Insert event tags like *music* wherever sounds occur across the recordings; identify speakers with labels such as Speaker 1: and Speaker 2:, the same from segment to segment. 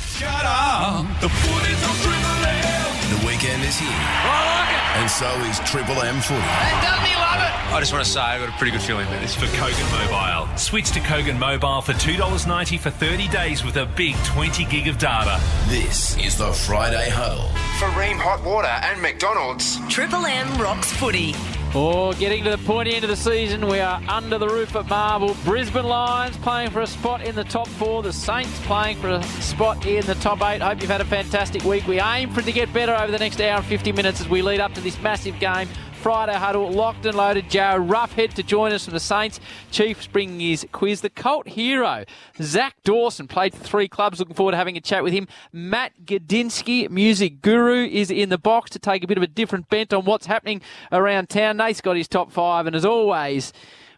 Speaker 1: Shut up. The foot is on Triple M.
Speaker 2: The weekend is here,
Speaker 1: Oh, I like
Speaker 2: and so is Triple M footy.
Speaker 1: it. Doesn't he love it?
Speaker 3: I just want to say I've got a pretty good feeling about
Speaker 1: It's
Speaker 3: this.
Speaker 1: for Kogan Mobile. Switch to Kogan Mobile for $2.90 for 30 days with a big 20 gig of data.
Speaker 2: This is the Friday Huddle.
Speaker 4: for Ream Hot Water and McDonald's.
Speaker 5: Triple M rocks footy.
Speaker 6: Oh, getting to the pointy end of the season. We are under the roof at Marvel. Brisbane Lions playing for a spot in the top four. The Saints playing for a spot in the top eight. Hope you've had a fantastic week. We aim for it to get better over the next hour and 50 minutes as we lead up to this massive game. Friday huddle, locked and loaded. Jarrow Roughhead to join us from the Saints. Chiefs bringing his quiz. The Colt hero, Zach Dawson, played for three clubs. Looking forward to having a chat with him. Matt Gadinsky, music guru, is in the box to take a bit of a different bent on what's happening around town. Nate's got his top five, and as always,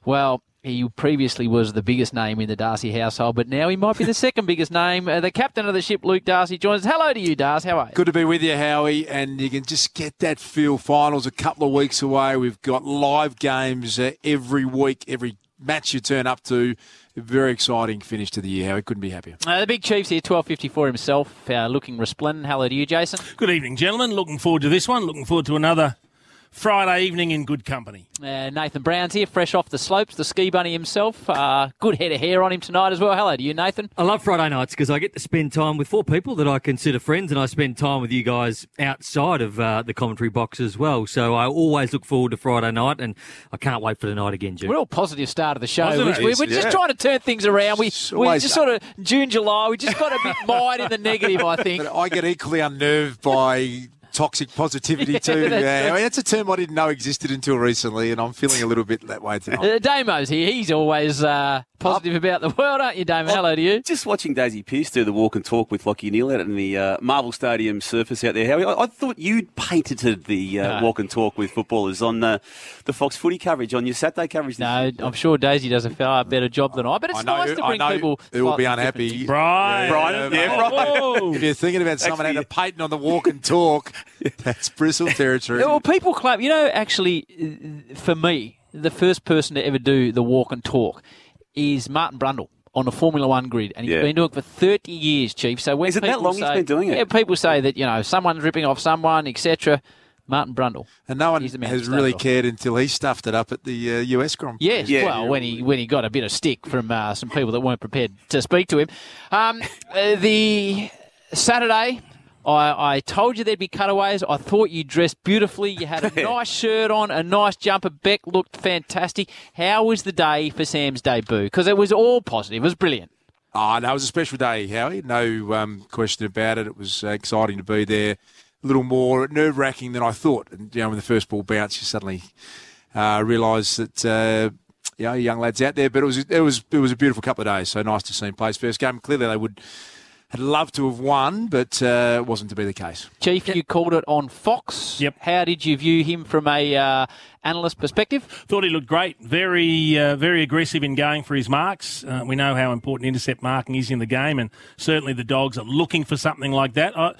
Speaker 6: well, he previously was the biggest name in the Darcy household, but now he might be the second biggest name. Uh, the captain of the ship, Luke Darcy, joins us. Hello to you, Darcy. How are you?
Speaker 7: Good to be with you, Howie, and you can just get that feel. Finals a couple of weeks away. We've got live games uh, every week, every match you turn up to. Very exciting finish to the year, Howie. Couldn't be happier.
Speaker 6: Uh, the big chief's here, 12.54 himself, uh, looking resplendent. Hello to you, Jason.
Speaker 8: Good evening, gentlemen. Looking forward to this one. Looking forward to another Friday evening in good company.
Speaker 6: Uh, Nathan Brown's here, fresh off the slopes, the ski bunny himself. Uh, good head of hair on him tonight as well. Hello to you, Nathan.
Speaker 9: I love Friday nights because I get to spend time with four people that I consider friends, and I spend time with you guys outside of uh, the commentary box as well. So I always look forward to Friday night, and I can't wait for the night again, Jim.
Speaker 6: We're all positive start of the show.
Speaker 8: Positive,
Speaker 6: Which we, we're just
Speaker 7: yeah.
Speaker 6: trying to turn things around. We,
Speaker 7: It's
Speaker 6: we
Speaker 7: always
Speaker 6: just
Speaker 7: so.
Speaker 6: sort of June, July. We just got a
Speaker 7: *laughs*
Speaker 6: bit mired in the negative, I think.
Speaker 7: But I get equally unnerved by
Speaker 6: *laughs*
Speaker 7: toxic positivity too.
Speaker 6: that's
Speaker 7: That's, Howie. that's a term I didn't know existed until recently, and I'm feeling a little bit that
Speaker 6: *laughs*
Speaker 7: way tonight.
Speaker 6: Uh, Damo's here. He's always uh, positive about the world, aren't you, Damo? Hello to you.
Speaker 10: Oh, Just watching Daisy Pierce do the walk and talk with Lockie Neal out in the uh, Marvel Stadium surface out there, Howie, I, I thought you'd patented the uh, walk and talk with footballers on the, the Fox footy coverage, on your Saturday coverage.
Speaker 6: No, I'm sure Daisy does a far better job than I, but it's
Speaker 7: I know,
Speaker 6: nice to
Speaker 7: I
Speaker 6: bring
Speaker 7: know
Speaker 6: people.
Speaker 7: who will be
Speaker 6: slightly different.
Speaker 7: unhappy.
Speaker 8: Brian.
Speaker 10: Brian, yeah,
Speaker 8: Oh,
Speaker 10: Brian.
Speaker 8: whoa.
Speaker 7: If you're thinking about someone out
Speaker 10: Actually-
Speaker 7: of patent on the walk
Speaker 6: *laughs*
Speaker 7: and talk, *laughs* that's bristle territory.
Speaker 6: Yeah, Well, people claim, you know, actually, uh, for me, the first person to ever do the walk and talk is Martin Brundle on the Formula One grid, and he's
Speaker 10: Yeah.
Speaker 6: been doing it for 30 years, Chief. So when
Speaker 10: Is it that
Speaker 6: people
Speaker 10: long
Speaker 6: say,
Speaker 10: he's been doing it?
Speaker 6: Yeah, people say that, you know, someone's ripping off someone, etc. Martin Brundle.
Speaker 7: And no one
Speaker 6: He's the man
Speaker 7: has
Speaker 6: to start
Speaker 7: really
Speaker 6: it off.
Speaker 7: cared until he stuffed it up at the uh, US Grand Prix.
Speaker 6: Yes,
Speaker 10: Yeah.
Speaker 6: well, when he when he got a bit of stick from uh, some people that weren't prepared to speak to him. Um, uh, the Saturday, I, I told you there'd be cutaways. I thought you dressed beautifully. You had a nice shirt on, a nice jumper. Beck looked fantastic. How was the day for Sam's debut? Because it was all positive. It was brilliant.
Speaker 7: Ah, no, it was a special day, Howie. No um, question about it. It was uh, exciting to be there. A little more nerve wracking than I thought. And, you know, when the first ball bounced, you suddenly uh, realise that uh, you know young lads out there. But it was it was it was a beautiful couple of days. So nice to see him play his first game. Clearly, they would had loved to have won, but uh, it wasn't to be the case.
Speaker 6: Chief, you called it on Fox.
Speaker 8: Yep.
Speaker 6: How did you view him from a uh, analyst perspective?
Speaker 8: Thought he looked great. Very, uh, very aggressive in going for his marks. Uh, we know how important intercept marking is in the game, and certainly the dogs are looking for something like that. Uh,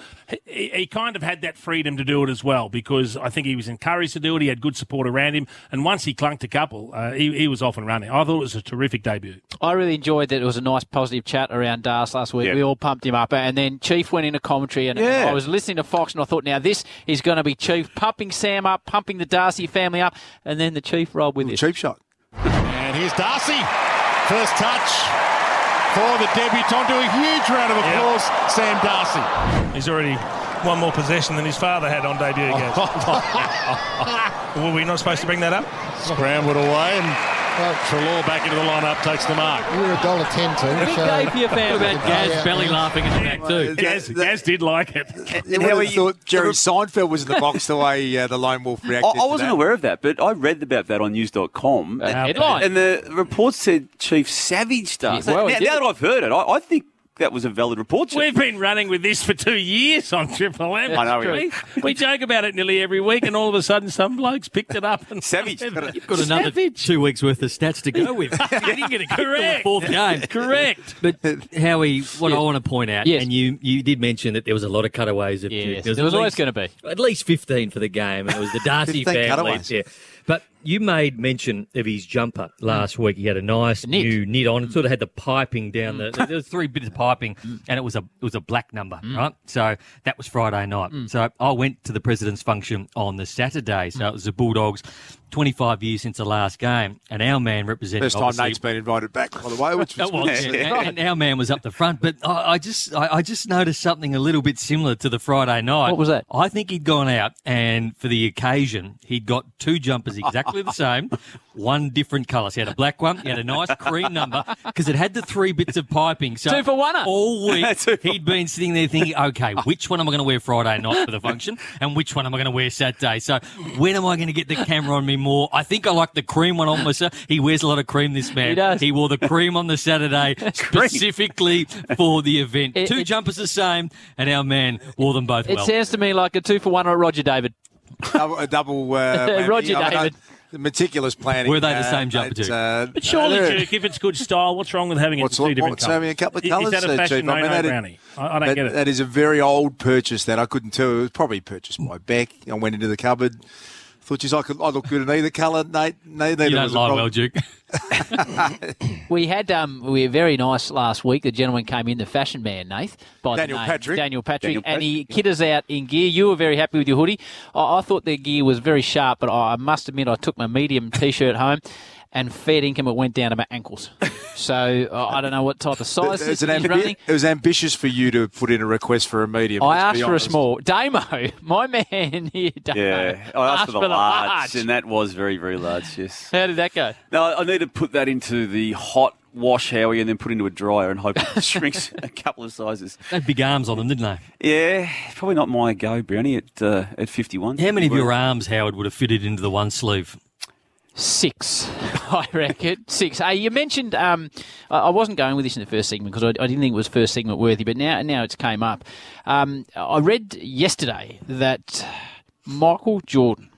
Speaker 8: he, he kind of had that freedom to do it as well because I think he was encouraged to do it. He had good support around him, and once he clunked a couple, uh, he, he was off and running. I thought it was a terrific debut.
Speaker 6: I really enjoyed that. It was a nice positive chat around Dars last week.
Speaker 10: Yeah.
Speaker 6: We all pumped him up, and then Chief went into commentary, and, and
Speaker 10: Yeah.
Speaker 6: I was listening to Fox, and I thought, now this is going to be Chief pumping Sam up, pumping the Darcy family up, and then the Chief rolled with it.
Speaker 7: Cheap shot.
Speaker 1: And here's Darcy. First touch for the debutant. Do a huge round of applause, Sam Darcy.
Speaker 8: He's already one more possession than his father had on debut against.
Speaker 1: *laughs*
Speaker 8: Were we not supposed to bring that up?
Speaker 1: Scrambled away and Trelaw back into the lineup, takes the mark.
Speaker 4: We're a dollar ten Oh, to.
Speaker 6: Big day for your family.
Speaker 9: Bad Gaz belly laughing in the back too.
Speaker 8: Gaz, Gaz did like it.
Speaker 7: You
Speaker 10: Howie,
Speaker 7: would have
Speaker 10: you-
Speaker 7: thought Jerry Seinfeld was in
Speaker 10: *laughs*
Speaker 7: the box the way uh, the lone wolf
Speaker 10: I,
Speaker 7: reacted.
Speaker 10: I wasn't
Speaker 7: to that.
Speaker 10: aware of that, but I read about that on news.com.
Speaker 6: The
Speaker 10: and,
Speaker 6: headline.
Speaker 10: and the report said Chief Savage stuff.
Speaker 6: Yeah, well,
Speaker 10: now,
Speaker 6: it
Speaker 10: now
Speaker 6: did.
Speaker 10: that I've heard it, I, I think that was a valid report. Chief.
Speaker 8: We've been running with this for two years on Triple M.
Speaker 10: I know we
Speaker 8: we, we joke about it nearly every week, and all of a sudden, some blokes picked it up. And
Speaker 10: Savage.
Speaker 9: You've got another two weeks worth of stats to *laughs* go
Speaker 8: *laughs*
Speaker 9: with. you didn't get a kick till the
Speaker 8: Correct.
Speaker 9: fourth game.
Speaker 8: *laughs* Correct.
Speaker 9: But Howie, what I want to point out,
Speaker 6: Yes.
Speaker 9: and you you did mention that there was a lot of cutaways. Of
Speaker 6: Yes,
Speaker 9: there was,
Speaker 6: there was
Speaker 9: at
Speaker 6: always
Speaker 9: least-
Speaker 6: gonna
Speaker 7: *laughs*
Speaker 9: at least fifteen for the game, and it was the Darcy
Speaker 7: 15
Speaker 9: family.
Speaker 7: cutaways.
Speaker 9: Yeah. But you made mention of his jumper last week. He had a nice new knit on. It sort of had the piping down
Speaker 6: Mm.
Speaker 9: the. There was three bits of piping, and it was a it was a black number, right? So that was Friday night.
Speaker 6: Mm.
Speaker 9: So I went to the president's function on the Saturday. So it was the Bulldogs, twenty five years since the last game, and our man represented.
Speaker 7: First time
Speaker 9: obviously-
Speaker 7: Nate's been invited back, by the
Speaker 6: *laughs*
Speaker 7: way, which was,
Speaker 9: It was,
Speaker 7: *laughs* good.
Speaker 9: and, and our man was up the front. But I, I just, I, I just noticed something a little bit similar to the Friday night.
Speaker 6: What was that?
Speaker 9: I think he'd gone out, and for the occasion, he'd got two jumpers exactly the same, *laughs* one different colour. So he had a black one, he had a nice cream number because it had the three bits of piping. So
Speaker 6: Two for one-er.
Speaker 9: All week
Speaker 10: Two for-
Speaker 9: he'd been sitting there thinking, okay, which one am I going to wear Friday night for the function, and which one am I going to wear Saturday? So when am I going to get the camera on me more? I think I like the cream one on myself. He wears a lot of cream. This man,
Speaker 6: He does.
Speaker 9: he wore the cream on the Saturday specifically for the event.
Speaker 6: It-
Speaker 9: Two
Speaker 6: it-
Speaker 9: jumpers the same, and our man wore them both
Speaker 6: It
Speaker 9: well.
Speaker 6: sounds to me like a two for one at Roger David.
Speaker 7: double, a double uh,
Speaker 6: *laughs*
Speaker 7: whammy.
Speaker 6: Roger
Speaker 7: I
Speaker 6: David.
Speaker 7: know, meticulous planning.
Speaker 9: Were they the same jumper,
Speaker 7: Nate's,
Speaker 9: Duke?
Speaker 7: uh,
Speaker 8: But surely,
Speaker 7: they're-
Speaker 8: Duke, if it's good style, what's wrong with having
Speaker 7: What's
Speaker 8: it in two
Speaker 7: wrong-
Speaker 8: different
Speaker 7: what's
Speaker 8: colours?
Speaker 7: having a couple of
Speaker 8: I-
Speaker 7: colours,
Speaker 8: Is that
Speaker 7: uh,
Speaker 8: a fashion
Speaker 7: Chief? I mean,
Speaker 8: no-no
Speaker 7: that-
Speaker 8: brownie? I, I don't
Speaker 7: that-
Speaker 8: get it.
Speaker 7: That is a very old purchase that I couldn't tell. It was probably purchased by Beck. I went into the cupboard. Thought, geez, I could. I look good in either colour. Nate, neither
Speaker 9: you don't
Speaker 7: was a
Speaker 9: lie
Speaker 7: problem.
Speaker 9: well, Duke.
Speaker 6: We had um, we were very nice last week. The gentleman came in, the fashion man, Nath, by
Speaker 7: Daniel
Speaker 6: the name
Speaker 7: Patrick.
Speaker 6: Daniel Patrick,
Speaker 10: Daniel
Speaker 6: and he
Speaker 10: Patrick,
Speaker 6: kid us out in gear. You were very happy with your hoodie. I, I thought their gear was very sharp, but I, I must admit I took my medium t-shirt home. And fair income, it went down to my
Speaker 10: *laughs*
Speaker 6: ankles. So uh, I don't know what type of size
Speaker 7: It was,
Speaker 6: this
Speaker 7: an
Speaker 6: is
Speaker 7: ambi-
Speaker 6: running.
Speaker 7: it was ambitious for you to put in a request for a medium.
Speaker 6: I
Speaker 7: let's
Speaker 6: asked
Speaker 7: be
Speaker 6: for a
Speaker 7: honest.
Speaker 6: small. Damo, *laughs* my man here, *laughs* Damo.
Speaker 10: Yeah, I *laughs* asked for the
Speaker 6: the
Speaker 10: large, and that was very, very large. Yes.
Speaker 6: How did that go?
Speaker 10: No, I need to put that into the hot wash, Howie, and then put into a dryer and hope it *laughs* shrinks a couple of sizes.
Speaker 9: They had big arms on them, didn't they?
Speaker 10: Yeah, probably not my go, Brownie. At uh, at fifty one.
Speaker 9: How many of your arms, Howard, would have fitted into the one sleeve?
Speaker 6: Six, *laughs* I reckon. Six. Hey, you mentioned um, I I wasn't going with this in the first segment because I, I didn't think it was first segment worthy, but now now it's came up. Um, I read yesterday that Michael Jordan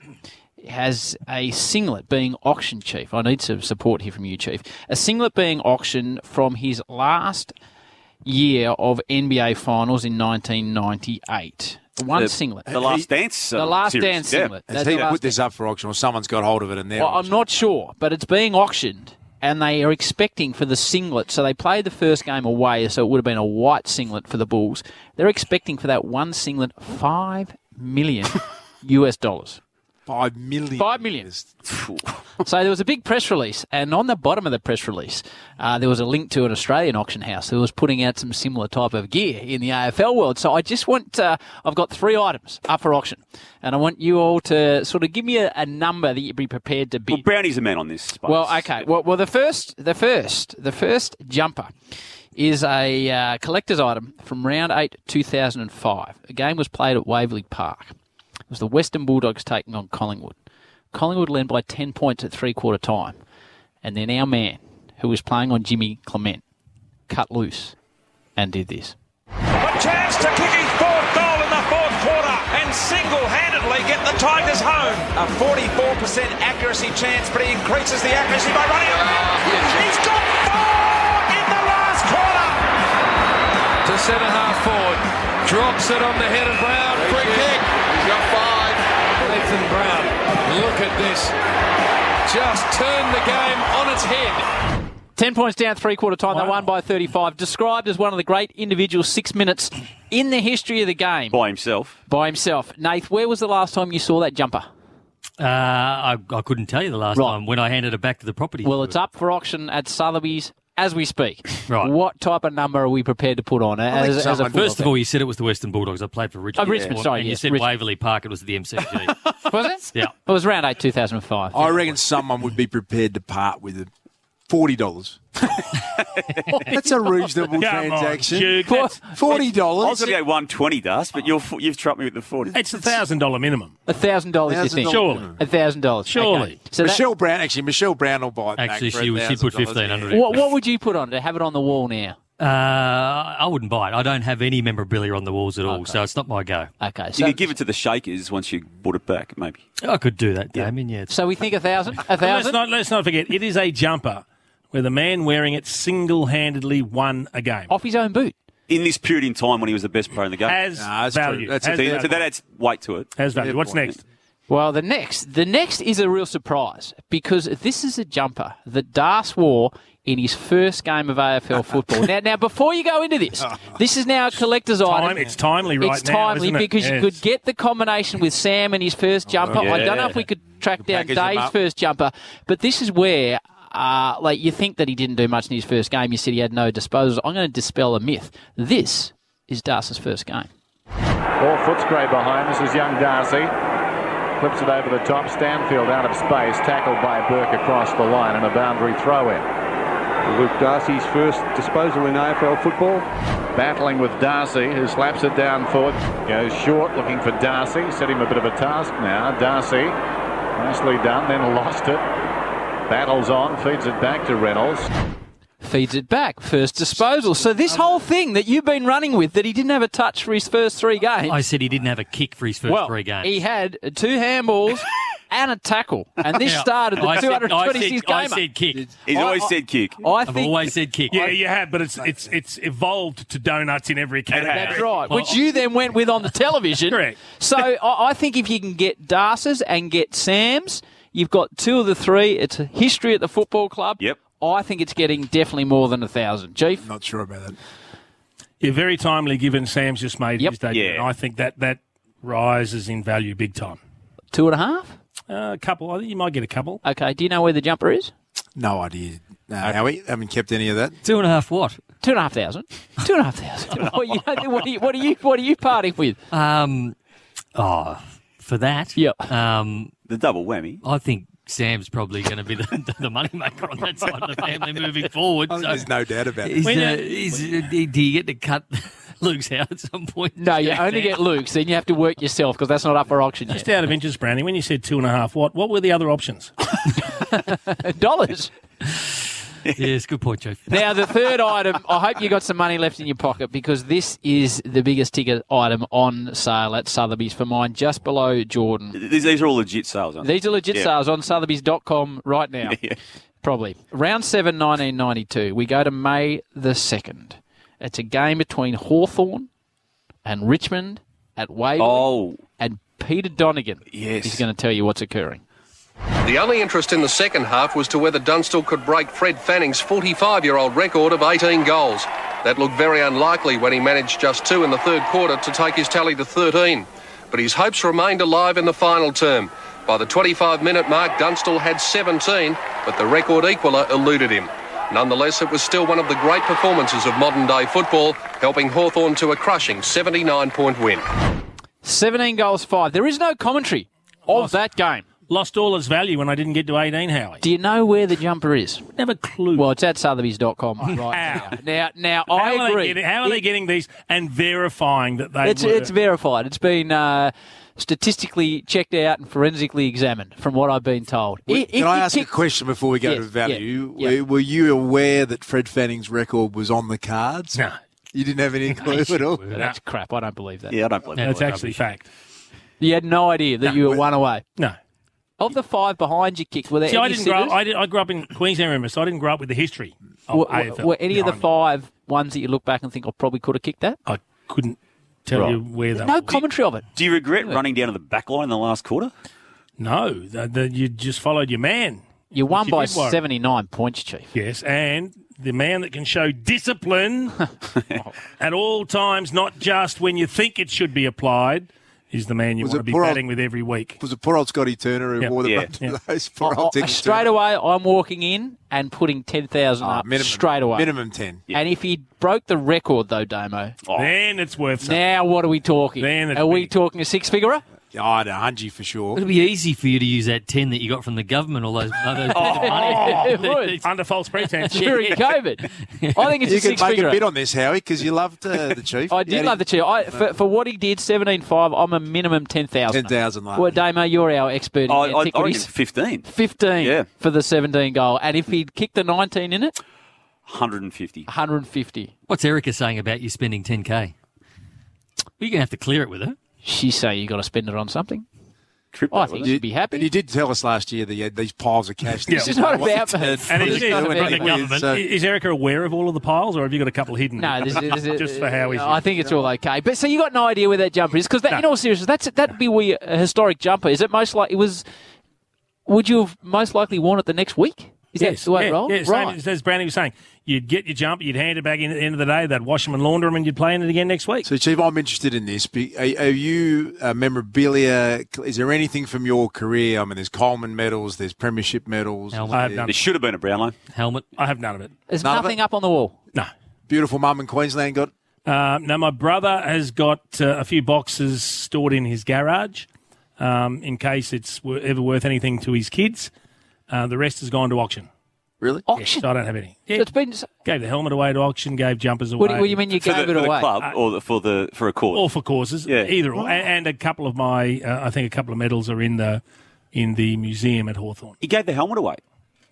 Speaker 6: has a singlet being auctioned, Chief. I need some support here from you, Chief. A singlet being auctioned from his last year of NBA Finals in 1998. One
Speaker 10: The-
Speaker 6: singlet.
Speaker 10: The Last Dance. uh,
Speaker 6: The Last
Speaker 10: series.
Speaker 6: Dance
Speaker 10: Yeah.
Speaker 6: singlet.
Speaker 7: Has
Speaker 6: That's
Speaker 7: he
Speaker 6: the last
Speaker 7: put this up for auction, or someone's got hold of it and they're
Speaker 6: Well, I'm not sure, but it's being auctioned, and they are expecting for the singlet. So they played the first game away, so it would have been a white singlet for the Bulls. They're expecting for that one singlet five
Speaker 7: *laughs*
Speaker 6: million US dollars.
Speaker 7: five million.
Speaker 6: Five million. *laughs* So there was a big press release, and on the bottom of the press release, uh, there was a link to an Australian auction house who was putting out some similar type of gear in the AFL world. So I just want, uh, I've got three items up for auction, and I want you all to sort of give me a, a number that you'd be prepared to bid.
Speaker 10: Well, Brownie's a man on this. Space.
Speaker 6: Well, okay. Well, well, the first, the first, the first jumper is a uh, collector's item from round eight, two thousand and five. A game was played at Waverley Park. It was the Western Bulldogs taking on Collingwood. Collingwood led by ten points at three quarter time, and then our man, who was playing on Jimmy Clement, cut loose and did this.
Speaker 11: A chance to kick his fourth goal in the fourth quarter and single-handedly get the Tigers home. A 44% accuracy chance, but he increases the accuracy by running around. He's got four in the last quarter.
Speaker 3: To centre half forward. Drops it on the head of Brown. Free kick. He's got five. Nathan Brown. Look at this. Just turned the game on its head.
Speaker 6: 10 points down three quarter time. They won by 35. Described as one of the great individual six minutes in the history of the game
Speaker 10: by himself.
Speaker 6: by himself. Nath, where was the last time you saw that jumper?
Speaker 9: Uh, I, I couldn't tell you the last
Speaker 6: Right.
Speaker 9: time when I handed it back to the property.
Speaker 6: Well, it's up for auction at Sotheby's as we speak.
Speaker 9: Right.
Speaker 6: What type of number are we prepared to put on it
Speaker 7: think
Speaker 6: as, as a
Speaker 7: someone-
Speaker 6: football
Speaker 9: First of all, you said it was the Western Bulldogs. I played for Richmond.
Speaker 6: Oh, Richmond,
Speaker 9: before,
Speaker 6: sorry,
Speaker 9: And you
Speaker 6: yes,
Speaker 9: said
Speaker 6: Richmond.
Speaker 9: Waverley Park. It was the
Speaker 6: *laughs*
Speaker 9: MCG.
Speaker 6: team? was it?
Speaker 9: Yeah.
Speaker 6: It was round 8 2005.
Speaker 7: I reckon someone would be prepared to part with it. Forty dollars. That's a reasonable
Speaker 8: Come on,
Speaker 7: transaction.
Speaker 8: Duke, that's-
Speaker 7: Forty
Speaker 10: I was
Speaker 7: dollars.
Speaker 10: going to go one twenty, Das, but you're, you've trumped me with
Speaker 8: *laughs*
Speaker 10: the forty.
Speaker 8: It's a thousand dollar minimum.
Speaker 6: A thousand dollars, you think?
Speaker 7: $1,000.
Speaker 8: Surely.
Speaker 6: A thousand dollars.
Speaker 8: Surely.
Speaker 6: Okay. So that-
Speaker 7: Michelle Brown, actually, Michelle Brown will buy it. back
Speaker 9: Actually,
Speaker 7: for
Speaker 9: she, she put
Speaker 7: $1,000.
Speaker 9: fifteen hundred.
Speaker 6: what, what would you put on to have it on the wall now?
Speaker 9: Uh, I wouldn't buy it. I don't have any memorabilia on the walls at all, so it's not my go.
Speaker 6: Okay. So,
Speaker 10: You could give it to the Shakers once you bought it back, maybe.
Speaker 9: I could do that, Damien. Yeah.
Speaker 6: so we think a thousand? A
Speaker 8: And Let's
Speaker 6: thousand?
Speaker 8: not, let's not forget, it is a jumper where the man wearing it single handedly won a game.
Speaker 6: Off his own boot.
Speaker 10: In this period in time when he was the best player in the game.
Speaker 8: Has
Speaker 7: Nah, that's true.
Speaker 8: value.
Speaker 7: That's a
Speaker 8: has
Speaker 7: thing.
Speaker 8: value.
Speaker 10: so that adds weight to it.
Speaker 8: Has value. What's next?
Speaker 6: Well, the next, the next is a real surprise because this is a jumper that Das wore in his first game
Speaker 8: *laughs*
Speaker 6: of AFL football. now, now before you go into this, this is now a collector's item.
Speaker 8: It's timely right
Speaker 6: it's
Speaker 8: now,
Speaker 6: timely
Speaker 8: isn't it?
Speaker 6: because
Speaker 8: Yes.
Speaker 6: you could get the combination with Sam and his first jumper. I don't know if we could track down
Speaker 8: Oh, package them
Speaker 6: Dave's
Speaker 8: up.
Speaker 6: first jumper, but this is where. Uh, like you think that he didn't do much in his first game. You said he had no disposals. I'm going to dispel a myth. This is Darcy's first game.
Speaker 12: Four Footscray behind. This is young Darcy. Flips it over the top. Stanfield out of space. Tackled by Burke across the line and a boundary throw in. Luke Darcy's first disposal in AFL football. Battling with Darcy, who slaps it down forward. Goes short, looking for Darcy. Set him a bit of a task now. Darcy, nicely done, then lost it. Battles on, feeds it back to Reynolds.
Speaker 6: feeds it back. First disposal. So this whole thing that you've been running with that he didn't have a touch for his first three games.
Speaker 9: I said he didn't have a kick for his first
Speaker 6: well,
Speaker 9: three games.
Speaker 6: he had two handballs and a tackle, and this
Speaker 9: Yeah.
Speaker 6: started the
Speaker 9: I said- I said-
Speaker 6: 226 game.
Speaker 9: I said kick.
Speaker 10: He's always said kick.
Speaker 6: I
Speaker 9: I've always said kick.
Speaker 8: Yeah, you have, but it's it's it's evolved to donuts in every category.
Speaker 6: That's right, which you then went with on the television. Correct. So I, I think if you can get Darce's and get Sam's, you've got two of the three. It's a history at the football club. Yep. I think it's getting definitely more than a thousand, Chief.
Speaker 7: Not sure about that.
Speaker 8: Yeah, very timely given Sam's just made his debut. And I think that that rises in value big time.
Speaker 6: Two and a half?
Speaker 8: Uh, a couple. I think you might get a couple.
Speaker 6: Okay. Do you know where the jumper is?
Speaker 7: No idea. No, Howie, haven't kept any of that.
Speaker 9: Two and a half what?
Speaker 6: Two and a half thousand. Two and a half *laughs* thousand. what, you, what, are you, what are you? What are you parting with?
Speaker 9: Um, oh, for that. Yeah. Um,
Speaker 10: the double whammy.
Speaker 9: I think Sam's probably going to be the, *laughs* the moneymaker on that side of the family moving forward.
Speaker 10: Oh,
Speaker 9: so-
Speaker 7: There's no doubt about
Speaker 9: Is,
Speaker 7: it.
Speaker 9: uh, is, uh, do you get to cut *laughs* Luke's out at some point?
Speaker 6: No, you only get Luke's. Then you have
Speaker 8: *laughs*
Speaker 6: to work yourself because that's not up for auction
Speaker 8: Just
Speaker 6: yet.
Speaker 8: out of interest, Brownie, when you said two and a half, what what were the other options?
Speaker 6: Dollars.
Speaker 9: *laughs* yes, good point, Chief.
Speaker 6: Now the third item. I hope you got some money left in your pocket because this is the biggest ticket item on sale at Sotheby's for mine, just below Jordan.
Speaker 10: These, these are all legit sales, aren't they?
Speaker 6: These are legit
Speaker 10: Yeah.
Speaker 6: sales on Sotheby's.com right now.
Speaker 10: Yeah.
Speaker 6: Probably. Round 7, 1992. We go to May the 2nd. It's a game between Hawthorn and Richmond at Waverley.
Speaker 13: Oh.
Speaker 6: And Peter Donegan yes. is going to tell you what's occurring.
Speaker 13: The only interest in the second half was to whether Dunstall could break Fred Fanning's 45 year old record of 18 goals. That looked very unlikely when he managed just two in the third quarter to take his tally to 13. But his hopes remained alive in the final term. By the 25 minute mark, Dunstall had 17, but the record equaller eluded him. Nonetheless, it was still one of the great performances of modern day football, helping Hawthorn to a crushing 79 point win.
Speaker 6: 17 goals, 5. There is no commentary of that game.
Speaker 8: Lost all its value when I didn't get to 18, Howie.
Speaker 6: Do you know where the jumper is?
Speaker 8: Never clue.
Speaker 6: Well, it's
Speaker 8: *laughs*
Speaker 6: at Sotheby's.com right now.
Speaker 8: How?
Speaker 6: Now, now
Speaker 8: How
Speaker 6: I
Speaker 8: are they
Speaker 6: agree.
Speaker 8: getting- how are they
Speaker 6: It-
Speaker 8: getting these and verifying that they
Speaker 6: it's
Speaker 8: were?
Speaker 6: it's verified. It's been uh, statistically checked out and forensically examined, from what I've been told.
Speaker 7: Wait,
Speaker 6: If- if
Speaker 7: Can I
Speaker 6: you
Speaker 7: ask
Speaker 6: kick-
Speaker 7: a question before we go
Speaker 6: Yes,
Speaker 7: to
Speaker 6: yeah,
Speaker 7: value?
Speaker 6: yeah.
Speaker 7: Were, were you aware that Fred Fanning's record was on the cards?
Speaker 8: No.
Speaker 7: You didn't
Speaker 6: *laughs*
Speaker 7: have any clue at all?
Speaker 6: That's crap. I don't believe that.
Speaker 7: Yeah, I don't believe
Speaker 8: That's actually fact.
Speaker 6: You had no idea that you were one away.
Speaker 8: No.
Speaker 6: Of the five behind you kicked, were there
Speaker 8: See,
Speaker 6: any
Speaker 8: I didn't grow up. oh,
Speaker 6: sitters?
Speaker 8: I, did, I grew up in Queensland, remember, so I didn't grow up with the history of
Speaker 6: were,
Speaker 8: AFL.
Speaker 6: were- were any of the
Speaker 8: No,
Speaker 6: five ones that you look back and think I probably could have kicked that?
Speaker 8: I couldn't tell you where that
Speaker 6: No
Speaker 8: was.
Speaker 6: commentary of it.
Speaker 10: Do you regret running down to the back line in the last quarter?
Speaker 8: No, the, the, you just followed your man.
Speaker 6: You won
Speaker 8: Which
Speaker 6: by
Speaker 8: did worry.
Speaker 6: 79 points, Chief.
Speaker 8: Yes, and the man that can show
Speaker 6: *laughs*
Speaker 8: discipline at all times, not just when you think it should be applied, is the man you
Speaker 7: Was
Speaker 8: want
Speaker 7: it
Speaker 8: to be
Speaker 7: poor old-
Speaker 8: batting with every week.
Speaker 7: Was it poor old Scotty Turner who
Speaker 8: Yeah.
Speaker 7: wore the
Speaker 8: Yeah.
Speaker 7: brunt of
Speaker 8: Yeah.
Speaker 7: those? Poor
Speaker 6: I- I-
Speaker 7: old Dickie
Speaker 6: Oh, straight
Speaker 7: Turner.
Speaker 6: away, I'm walking in and putting 10,000 up
Speaker 7: Ah, minimum.
Speaker 6: straight away.
Speaker 7: Minimum 10.
Speaker 6: And if he broke the record, though, Damo,
Speaker 10: Oh.
Speaker 8: Then it's worth something.
Speaker 6: now what are we talking? are we talking a six figurer?
Speaker 7: Yeah, I'd a hungy for sure.
Speaker 9: It'd be easy for you to use that 10 that you got from the government, all those, all
Speaker 7: *laughs*
Speaker 9: those
Speaker 6: *laughs*
Speaker 8: Oh,
Speaker 6: would.
Speaker 8: under false pretense. *laughs*
Speaker 6: During COVID. I think it's
Speaker 7: you
Speaker 6: a
Speaker 7: can
Speaker 6: six
Speaker 7: make
Speaker 6: figurer.
Speaker 7: a bid on this, Howie, because you loved uh, the chief.
Speaker 6: *laughs* I did love the chair. I, for, for what he did, 17.5, I'm a minimum 10,000.
Speaker 7: 10,000 love.
Speaker 6: Well, Damo, you're our expert in
Speaker 10: I, I, I reckon
Speaker 6: antiquities.
Speaker 10: 15.
Speaker 6: 15 for the 17 goal. And if he'd kicked the 19 in it,
Speaker 10: 150.
Speaker 6: 150.
Speaker 9: What's Erica saying about you spending 10K? Well, you're going to have to clear it with her.
Speaker 6: She's saying you got to spend it on something. Oh,
Speaker 10: trip.
Speaker 6: I think you'd be happy.
Speaker 7: But he did tell us last year that he had these piles of cash.
Speaker 8: Yeah. This is not
Speaker 6: about
Speaker 7: And
Speaker 6: that.
Speaker 7: *laughs*
Speaker 8: And is,
Speaker 7: it's not about
Speaker 8: the
Speaker 7: that.
Speaker 8: government.
Speaker 7: So-
Speaker 8: is Erica aware of all of the piles, or have you got a couple hidden?
Speaker 6: No, this,
Speaker 8: *laughs*
Speaker 6: this, this,
Speaker 8: just for how he's.
Speaker 6: I think it's all okay. But so you got no idea where that jumper is because that, in all seriousness, that's that'd be where a historic jumper is. It most like it was. Would you have most likely worn it the next week? Is
Speaker 8: yes,
Speaker 6: that the way
Speaker 8: yeah,
Speaker 6: it rolled?
Speaker 8: yeah, same
Speaker 6: right.
Speaker 8: as, as Brandy was saying. You'd get your jumper, you'd hand it back in at the end of the day, they'd wash them and launder them, and you'd play in it again next week.
Speaker 7: So, Chief, I'm interested in this. Be- Are, are you uh, memorabilia? Is there anything from your career? I mean, there's Coleman medals, there's premiership medals.
Speaker 8: I have none.
Speaker 10: There should have been a Brownlow.
Speaker 9: Helmet.
Speaker 8: I have none of it.
Speaker 6: There's
Speaker 7: None of
Speaker 6: nothing
Speaker 7: it?
Speaker 6: up on the wall.
Speaker 8: No.
Speaker 7: Beautiful mum in Queensland got.
Speaker 8: Uh, now, my brother has got uh, a few boxes stored in his garage um, in case it's wor- ever worth anything to his kids. Uh, the rest has gone to auction.
Speaker 7: Really?
Speaker 6: Auction?
Speaker 8: so I don't have any.
Speaker 6: So it's been.
Speaker 8: Gave the helmet away to auction, gave jumpers away.
Speaker 6: What do, what do you mean you
Speaker 10: for
Speaker 6: gave
Speaker 10: the,
Speaker 6: it
Speaker 10: for the
Speaker 6: away?
Speaker 10: club
Speaker 8: Uh,
Speaker 10: or the, for the for a court.
Speaker 8: All for causes,
Speaker 10: Yeah.
Speaker 8: either or. A- And, a couple of my, uh, I think a couple of medals are in the in the museum at Hawthorn.
Speaker 10: He gave the helmet away.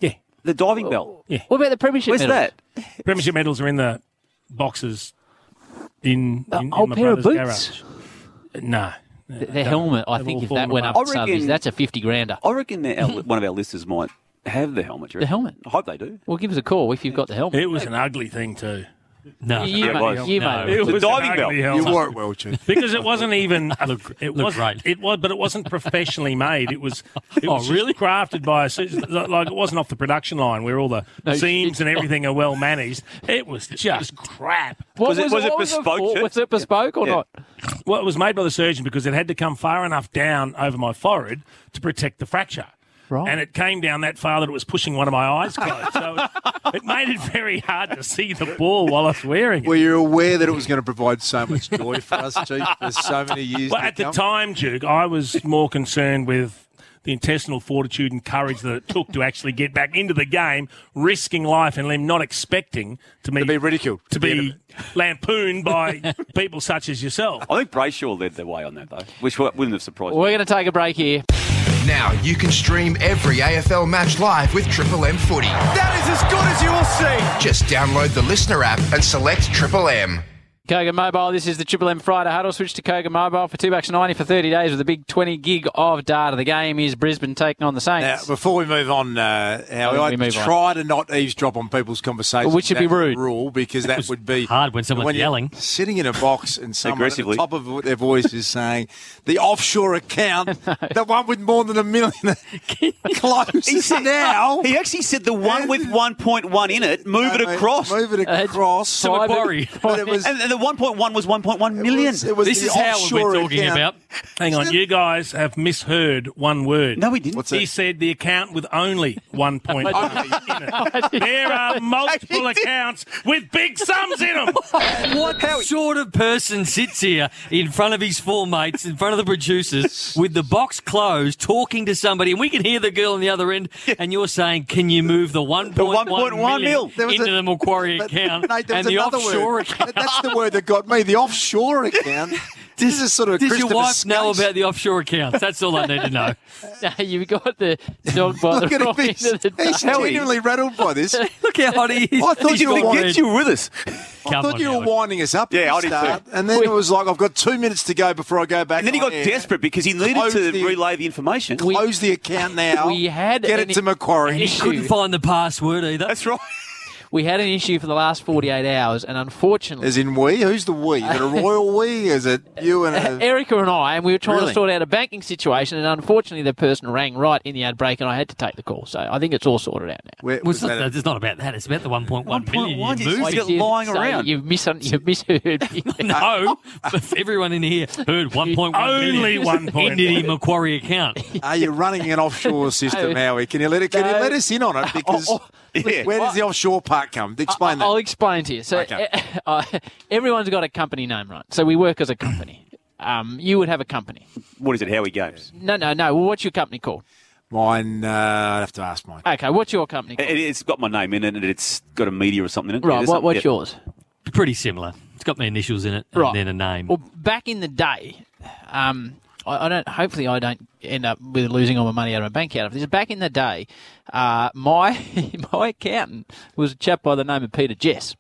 Speaker 8: Yeah.
Speaker 10: The diving bell.
Speaker 8: Yeah.
Speaker 6: What about the premiership?
Speaker 10: Where's
Speaker 6: medals?
Speaker 10: that?
Speaker 8: Premiership medals are in the boxes in,
Speaker 6: The
Speaker 8: in, in
Speaker 6: old
Speaker 8: my
Speaker 6: pair of
Speaker 8: brother's
Speaker 6: boots?
Speaker 8: garage. No.
Speaker 6: The, the helmet. I
Speaker 8: They've
Speaker 6: think
Speaker 8: all
Speaker 6: if
Speaker 8: fallen
Speaker 6: that went
Speaker 8: apart.
Speaker 6: up,
Speaker 10: I
Speaker 6: Sotheby's,
Speaker 10: reckon-
Speaker 6: that's a fifty grander.
Speaker 10: I reckon that
Speaker 6: *laughs*
Speaker 10: our, one of our listeners might have the helmet. do you
Speaker 6: The
Speaker 10: reckon?
Speaker 6: helmet.
Speaker 10: I hope they do.
Speaker 6: Well, give us a call if you've got the helmet.
Speaker 8: It was an ugly thing too.
Speaker 9: No.
Speaker 6: You, you
Speaker 10: Yeah, it
Speaker 6: mate,
Speaker 10: was.
Speaker 6: you
Speaker 9: No.
Speaker 6: mate.
Speaker 8: It
Speaker 10: The
Speaker 8: was
Speaker 10: diving
Speaker 8: an
Speaker 10: bell.
Speaker 8: ugly
Speaker 7: You
Speaker 8: helmet.
Speaker 7: wore it well, Chief.
Speaker 8: because it wasn't
Speaker 6: *laughs*
Speaker 8: even it
Speaker 9: look
Speaker 8: was
Speaker 9: great.
Speaker 8: it was but it wasn't professionally made it
Speaker 6: *laughs*
Speaker 8: was it
Speaker 9: Oh,
Speaker 8: was just
Speaker 9: really?
Speaker 8: crafted by a su- like it wasn't off the production line where all the seams and everything are well managed it was just crap
Speaker 6: What
Speaker 10: Was it- was it
Speaker 6: what
Speaker 10: bespoke,
Speaker 6: for?
Speaker 10: Chief?
Speaker 6: Was it bespoke or
Speaker 10: Yeah.
Speaker 6: not?
Speaker 8: well it was made by the surgeon because it had to come far enough down over my forehead to protect the fracture
Speaker 6: Right.
Speaker 8: And it came down that far that it was pushing one of my eyes closed. So it, it made it very hard to see the ball while I was wearing it.
Speaker 7: Were you aware that it was going to provide so much joy for us, Chief, for so many years?
Speaker 8: Well,
Speaker 7: to
Speaker 8: at the
Speaker 7: come?
Speaker 8: time, Duke, I was more concerned with the intestinal fortitude and courage that it took to actually get back into the game, risking life and limb, not expecting to,
Speaker 7: to be ridiculed,
Speaker 8: to be lampooned by people such as yourself.
Speaker 10: I think Brayshaw led the way on that though, which wa- wouldn't have surprised me.
Speaker 6: We're going to take a break here.
Speaker 2: Now you can stream every AFL match live with Triple M Footy.
Speaker 11: That is as good as you will see.
Speaker 2: Just download the listener app and select Triple M.
Speaker 6: Kogan Mobile, this is the Triple M Friday huddle. Switch to Kogan Mobile for $2.90 for 30 days with a big 20 gig of data. The game is Brisbane taking on the
Speaker 7: Now,
Speaker 6: Saints.
Speaker 7: before we move on, uh, Howie,
Speaker 6: we
Speaker 7: I
Speaker 6: move on.
Speaker 7: try to not eavesdrop on people's conversations.
Speaker 6: Which would be
Speaker 7: That's the
Speaker 6: rude.
Speaker 7: rule because that, would be
Speaker 9: hard when someone's
Speaker 7: you're
Speaker 9: yelling.
Speaker 7: sitting in a box
Speaker 10: *laughs*
Speaker 7: and someone at the
Speaker 10: Aggressively.
Speaker 7: top of their voice is saying the
Speaker 9: *laughs*
Speaker 7: offshore account, the one with more than a million, closes now.
Speaker 10: He actually said the one with 1.1 in it, move it
Speaker 7: Mate,
Speaker 10: across.
Speaker 7: Move it
Speaker 6: Uh,
Speaker 7: across.
Speaker 6: To
Speaker 9: Macquarie.
Speaker 7: But it was,
Speaker 10: And, and the 1.1 was 1.1 million.
Speaker 7: it was, it was
Speaker 9: This
Speaker 7: the
Speaker 9: is how
Speaker 7: offshore
Speaker 9: we're talking
Speaker 7: account.
Speaker 9: about.
Speaker 8: Hang on, you guys have misheard one word.
Speaker 10: no, we didn't.
Speaker 7: What's
Speaker 8: he
Speaker 7: that?
Speaker 8: said the account with only one
Speaker 7: *laughs*
Speaker 8: point. *laughs* there are multiple accounts with big sums in
Speaker 7: *laughs*
Speaker 8: them.
Speaker 9: What sort of person sits here in front of his four mates, in front of the producers, with the box closed, talking to somebody, and we can hear the girl on the other end, and you're saying, "Can you move the 1.1
Speaker 10: 1.1
Speaker 9: million
Speaker 7: There was
Speaker 9: into
Speaker 7: a-
Speaker 9: the Macquarie
Speaker 7: *laughs* But,
Speaker 9: account
Speaker 7: Nate, there
Speaker 9: and
Speaker 7: was
Speaker 9: the
Speaker 7: another
Speaker 9: offshore
Speaker 7: word.
Speaker 9: account?"
Speaker 7: That's the word that got me. The
Speaker 9: *laughs*
Speaker 7: offshore account. this is sort of
Speaker 9: Does your
Speaker 7: Christopher
Speaker 9: wife know
Speaker 7: Skase.
Speaker 9: about the offshore accounts? That's all I need to
Speaker 6: *laughs*
Speaker 9: know.
Speaker 6: Now, You've got the dog by
Speaker 7: Look
Speaker 6: the
Speaker 7: at
Speaker 6: wrong
Speaker 7: him.
Speaker 6: end
Speaker 7: He's,
Speaker 6: of the
Speaker 7: he's
Speaker 6: dial.
Speaker 7: genuinely rattled by this. I
Speaker 9: *laughs* Look how hot he is.
Speaker 7: I thought
Speaker 9: He's
Speaker 7: you were
Speaker 9: got
Speaker 7: gonna
Speaker 10: Get you
Speaker 6: *laughs*
Speaker 10: with us.
Speaker 9: Come
Speaker 7: thought
Speaker 9: on,
Speaker 7: you were
Speaker 9: Howard.
Speaker 7: winding us up. at
Speaker 10: Yeah,
Speaker 7: the
Speaker 10: I did
Speaker 7: start,
Speaker 10: too.
Speaker 7: And then
Speaker 6: We-
Speaker 7: it was like, I've got two minutes to go before I go back.
Speaker 10: And then he
Speaker 7: on
Speaker 10: got
Speaker 7: air.
Speaker 10: desperate because he needed
Speaker 7: Close
Speaker 10: to
Speaker 7: the-
Speaker 10: relay the information.
Speaker 6: We-
Speaker 7: Close the account now.
Speaker 6: We had
Speaker 7: get
Speaker 6: an-
Speaker 7: it to Macquarie.
Speaker 6: an issue.
Speaker 9: Couldn't find the password either.
Speaker 10: That's right.
Speaker 6: We had an issue for the last 48 hours, and
Speaker 7: *laughs*
Speaker 6: unfortunately,
Speaker 7: As in we? Who's the we? Is it a royal we? Is it
Speaker 6: *laughs*
Speaker 7: you and a...
Speaker 6: Erica and I, and we were trying
Speaker 7: Uh, Really?
Speaker 6: to sort out a banking situation, and unfortunately, the person rang right in the ad break, and I had to take the call. So I think it's all sorted out now.
Speaker 7: Where,
Speaker 9: Well,
Speaker 7: was
Speaker 9: it's, not,
Speaker 7: that
Speaker 9: it's not about that. It's about the 1.1 million.
Speaker 10: 1.1
Speaker 9: you moved.
Speaker 10: is- He's
Speaker 6: I
Speaker 10: got
Speaker 6: did
Speaker 10: lying
Speaker 6: say
Speaker 10: around.
Speaker 6: You've, mis- you've misheard me.
Speaker 9: *laughs* No, but everyone in here heard 1.1 million.
Speaker 8: Only one point.
Speaker 9: Ended in Macquarie account.
Speaker 7: a- are you running an offshore system, Howie? Can you let it? Can you
Speaker 6: *laughs* No.
Speaker 7: let us in on it?
Speaker 6: *laughs*
Speaker 7: Because *laughs*
Speaker 6: oh,
Speaker 7: where does the offshore part come? um, Explain
Speaker 6: I'll
Speaker 7: that.
Speaker 6: explain to you. So
Speaker 7: Okay.
Speaker 6: eh, *laughs* uh, everyone's got a company name, right? So we work as a company. Um, you would have a company.
Speaker 10: What is it? Howie Games.
Speaker 6: No, no, no. Well, what's your company called?
Speaker 7: Mine. Uh, I'd have to ask mine.
Speaker 6: Okay, what's your company called?
Speaker 10: It, it's got my name in it and it's got a media or something in it. Yeah,
Speaker 6: right,
Speaker 10: there's
Speaker 6: what,
Speaker 10: something-
Speaker 6: what's
Speaker 10: yeah.
Speaker 6: yours?
Speaker 9: Pretty similar. It's got my initials in it and
Speaker 6: Right.
Speaker 9: then a name.
Speaker 6: Well, back in the day, um, I, I don't. Hopefully, I don't end up with losing all my money out of my bank out of this. Back in the day, uh, my *laughs* my accountant was a chap by the name of Peter Jess.